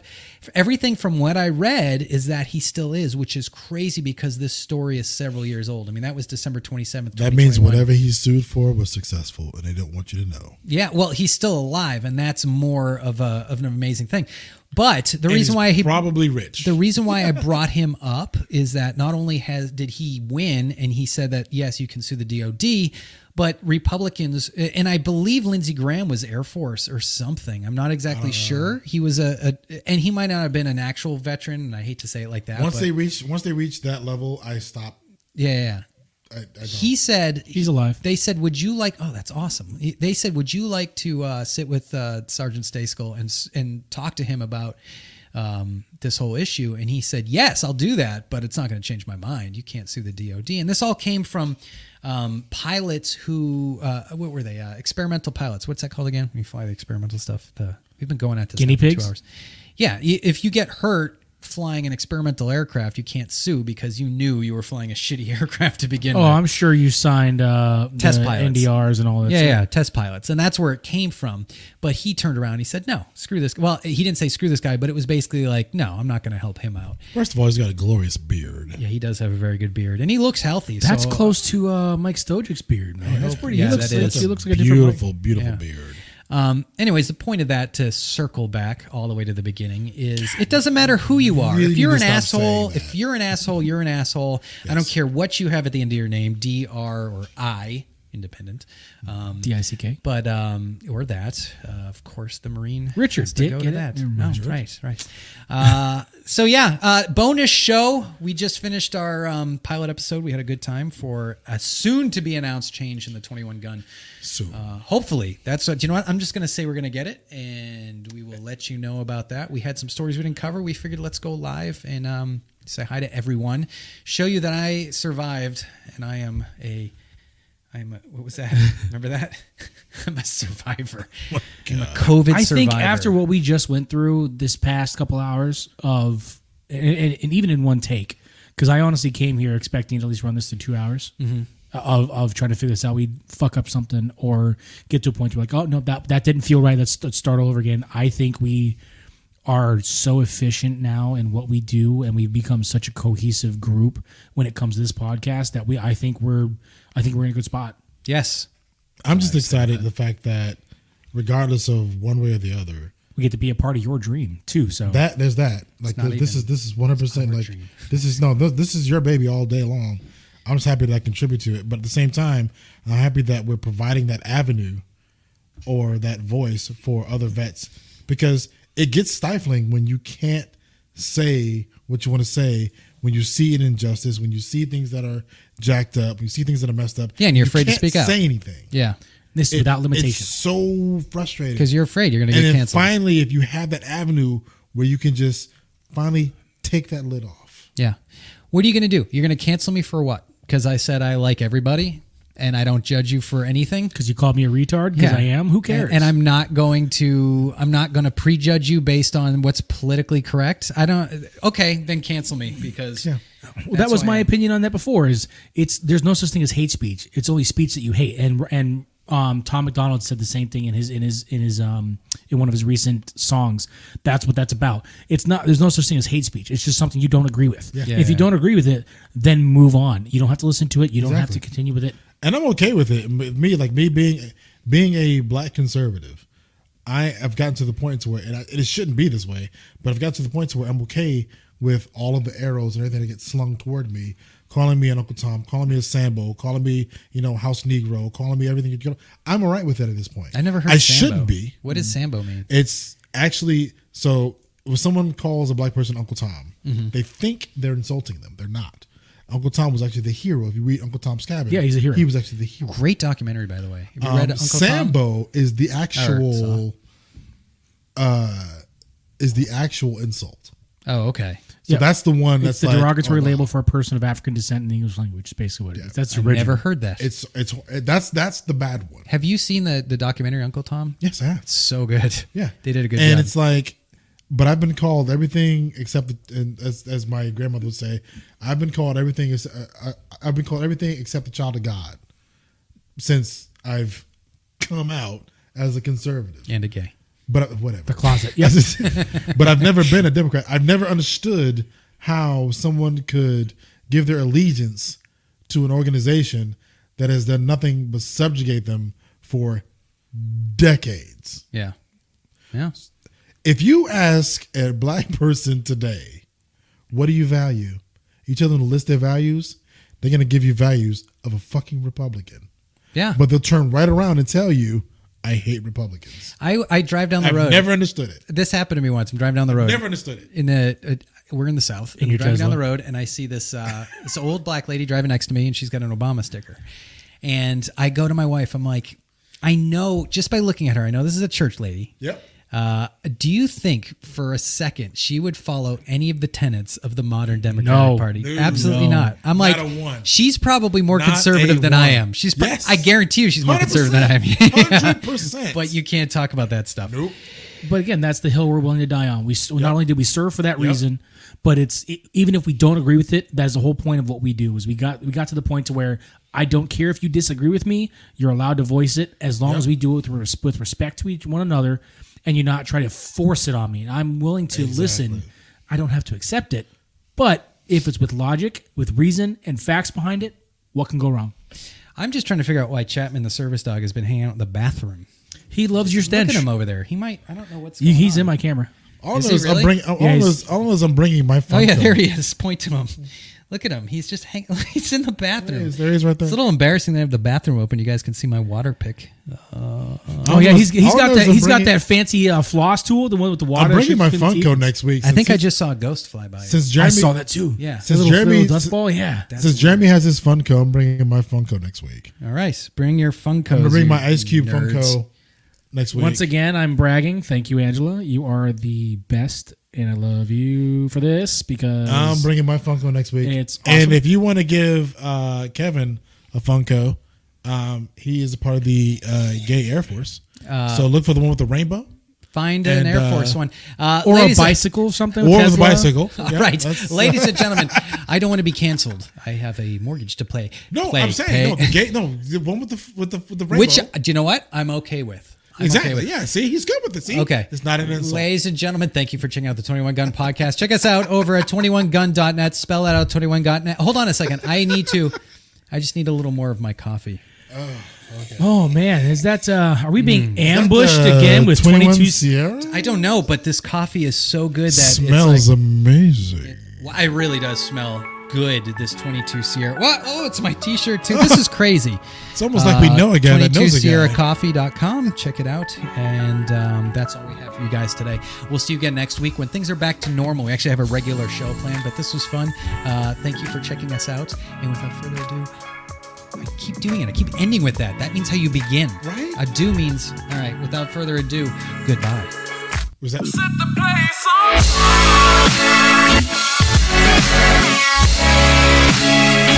everything from what i read is that he still is which is crazy because this story is several years old i mean that was december 27th
That means
2021.
whatever he sued for was successful, and they don't want you to know.
Yeah, well, he's still alive, and that's more of a of an amazing thing. But the
And
reason
he's
why he
probably rich.
the reason why I brought him up is that not only has did he win, and he said that yes, you can sue the DOD, but Republicans, and I believe Lindsey Graham was Air Force or something. I'm not
Uh,
exactly sure. He was a, a, and he might not have been an actual veteran. And I hate to say it like that.
once
but-
they reach once they reach that level, I stop.
yeah, yeah, yeah.
I, I don't.
He said
He's alive.
They said, "Would you like?" Oh, that's awesome. He- They said, "Would you like to uh, sit with uh, Sergeant Staskel and s- and talk to him about um, this whole issue?" And he said, "Yes, I'll do that, but it's not going to change my mind. You can't sue the DoD." And this all came from um, pilots who uh, what were they? Uh, experimental pilots. What's that called again? We fly the experimental stuff. The we've been going at this
Guinea
now for
pigs?
Two hours. Yeah, y- if you get hurt. Flying an experimental aircraft, you can't sue because you knew you were flying a shitty aircraft to begin
Oh,
with.
I'm sure you signed uh,
Test
the
pilots.
NDRs and all that.
Yeah,
stuff.
yeah, test pilots. And that's where it came from. But he turned around. He said, no, screw this. Well, he didn't say screw this guy, but it was basically like, no, I'm not going to help him out.
First of all, he's got a glorious beard.
Yeah, he does have a very good beard and he looks healthy.
That's
so,
close to uh, Mike Stojic's beard, man.
that's pretty-
He
yeah,
looks,
that is.
he looks like a different. Mike.
beautiful, beautiful beard.
Um, anyways, the point of that to circle back all the way to the beginning is it doesn't matter who you are.
really
if you're
need
an
to stop
asshole,
saying that.
if you're an asshole, you're an asshole. I don't care what you have at the end of your name, D R or I, independent. Um,
D-I-C-K.
but um, or that, uh, of course, the Marine
Richard,
has to
Dick,
go to
get it?
that.
Never
Oh, right, right. Uh, so yeah, uh, bonus show. We just finished our um, pilot episode. We had a good time for a soon to be announced change in the 21 gun.
Soon.
Uh, hopefully, that's what. You know what? I'm just gonna say we're gonna get it, and we will let you know about that. We had some stories we didn't cover. We figured let's go live and um, say hi to everyone, show you that I survived, and I am a. I'm a, what was that? Remember that? I'm a survivor. I'm a COVID
I
survivor.
think after what we just went through this past couple hours of, and, and, and even in one take, because I honestly came here expecting to at least run this to two hours of, of trying to figure this out. We'd fuck up something or get to a point where like, oh no, that that didn't feel right. Let's, let's start all over again. I think we are so efficient now in what we do and we've become such a cohesive group when it comes to this podcast that we I think we're I think we're in a good spot.
yes,
I'm just excited at the fact that, regardless of one way or the other,
We get to be a part of your dream too. So
that there's that. Like
not
th- this
even-
is this is 100 percent like this is no th- this is your baby all day long. I'm just happy that I contribute to it, but at the same time, I'm happy that we're providing that avenue or that voice for other vets because it gets stifling when you can't say what you want to say when you see an injustice, when you see things that are jacked up, when you see things that are messed up.
Yeah, and you're
you
afraid to
can't
speak up.
Say anything.
yeah,
this is
It-
without
It's
limitation.
so frustrating
because you're afraid you're gonna
and
get
then
canceled.
finally, if you have that avenue where you can just finally take that lid off,
yeah, what are you gonna do? You're gonna cancel me for what? Because I said I like everybody and I don't judge you for anything.
Because you called me a retard because
Yeah.
I am. Who cares?
And, and I'm not going to I'm not going to prejudge you based on what's politically correct. I don't okay, then cancel me because
Yeah.
Well, that
That's
was
why
my
I-
opinion on that before. Is it's there's no such thing as hate speech. It's only speech that you hate. And and um, Tom McDonald said the same thing in his in his in his um in one of his recent songs. That's what that's about. It's not there's no such thing as hate speech. It's just something you don't agree with.
Yeah.
if you don't agree with it, then move on. You don't have to listen to it. You don't have to
Exactly.
continue with it.
and I'm okay with it. With me, like me being being a black conservative, I have gotten to the point to where, and I, it shouldn't be this way, but I've gotten to the point to where I'm okay with all of the arrows and everything that gets slung toward me, calling me an Uncle Tom, calling me a Sambo, calling me you know House Negro, calling me everything. You know, I'm all right with it at this point.
I never heard
I
Sambo.
shouldn't be.
What does Sambo mean?
It's actually so when someone calls a black person Uncle Tom,
Mm-hmm.
they think they're insulting them. They're not. Uncle Tom was actually the hero. If you read Uncle Tom's Cabin,
Yeah, he's a hero.
He was actually the hero.
Great documentary by the way. Have you
Um,
read Uncle Tom?
Sambo is the actual,
saw.
uh, is the actual insult.
Oh, okay.
So
Yeah.
that's the one that's
It's the
like,
derogatory
oh, wow.
label for a person of African descent in the English language. Is basically what it is. That's
I
original.
never heard that.
It's it's that's that's the bad one.
Have you seen the the documentary Uncle Tom?
Yes, I have.
It's so good.
Yeah,
They did a good
and
job.
it's like, but I've been called everything except, the, and as, as my grandmother would say, I've been called everything. Is uh, I, I've been called everything except the child of God since I've come out as a conservative.
and a gay.
But I- whatever
the closet.
yeah.
Yes.
but I've never been a Democrat. I've never understood how someone could give their allegiance to an organization that has done nothing but subjugate them for decades
Yeah. Yeah.
If you ask a black person today, what do you value? You tell them to list their values, they're gonna give you values of a fucking Republican.
Yeah.
But they'll turn right around and tell you, I hate Republicans.
I, I drive down the
I've
road.
never understood it.
this happened to me once. I'm driving down the road.
Never understood it.
in the uh, we're in the south and
your
we're driving down
Tesla.
the road and i see this uh, this old black lady driving next to me and she's got an obama sticker and i go to my wife i'm like i know just by looking at her i know this is a church lady
Yep.
uh, do you think for a second she would follow any of the tenets of the modern Democratic
No.
Party?
No.
Absolutely
No.
not. I'm like,
Not a one.
she's probably more
Not a
conservative than I
one.
am. She's, pro-
Yes.
I guarantee you, she's more conservative than I am.
Hundred percent.
But you can't talk about that stuff.
Nope.
But again, that's the hill we're willing to die on. We s not only did we serve for that reason, but it's e- even if we don't agree with it, that's the whole point of what we do. Is we got we got to the point to where I don't care if you disagree with me. You're allowed to voice it as long as we do it with, res- with respect to each one another, and you not try to force it on me. I'm willing to listen. I don't have to accept it, but if it's with logic, with reason, and facts behind it, what can go wrong?
I'm just trying to figure out why Chapman, the service dog, has been hanging out in the bathroom.
He loves your
Look
stench.
at him over there. He might. I don't know what's.
He-
Going
He's
on.
in my camera.
All
Is he
those
really?
I'm bringing. All,
Yeah, he's-
those. All those I'm bringing my phone.
Oh yeah, there he is. Point to him. Look at him. He's just hanging. He's in the bathroom.
There he is. There he is right there.
It's a little embarrassing that I have the bathroom open. You guys can see my water pick.
Oh yeah,
knows-
he's, he's
all
got
knows
that
I'm
he's got
bringing-
that fancy uh, floss tool, the one with the water.
I'm bringing my
shoots through the
Funko
teeth.
next week.
I think I
since-
just saw a ghost fly by.
since
I
Jeremy
saw that too.
yeah.
since
Little, little
Jeremy
dust ball, yeah.
since Jeremy has his Funko, I'm bringing my Funko next week.
All right, bring your Funko.
I'm gonna bring my Ice Cube Funko next week.
Once again, I'm bragging. Thank you, Angela. You are the best, and I love you for this because
I'm bringing my Funko next week.
It's awesome.
and if you want to give uh, Kevin a Funko, um, he is a part of the uh, Gay Air Force.
Uh,
so look for the one with the rainbow
Find an
And,
Air
uh,
Force one uh,
or a
ladies and-
bicycle or something.
or with a
Tesla.
bicycle.
All
Yeah,
right,
that's-
ladies and gentlemen, I don't want to be canceled. I have a mortgage to play.
No,
play,
I'm saying
pay.
no. The gay, no, the one with the with the with the rainbow.
Which do you know what? I'm okay with. I'm
exactly?
Okay with.
yeah. See, he's good with it. See,
Okay.
it's not an insult.
Ladies and gentlemen, thank you for checking out the 21 Gun Podcast. Check us out over at 21gun.net. Spell that out, 21gun.net. Hold on a second. I need to, I just need a little more of my coffee.
Oh man, is that? Uh, are we being ambushed
Uh,
again with
21
22?
Sierra
I don't know, but this coffee is so good that It's
smells amazing.
like, Well, it really does smell good, this 22 Sierra. What? Oh, it's my t shirt too. This is crazy.
It's almost like
Uh,
we know a guy that knows a guy.
sierracoffee.com. Check it out. And um, that's all we have for you guys today. We'll see you again next week when things are back to normal. We actually have a regular show planned, but this was fun. Uh, thank you for checking us out. And without further ado, I keep doing it. I keep ending with that. That means how you begin.
Right?
A do means, all right, without further ado, goodbye.
Was that?
set the place on fire.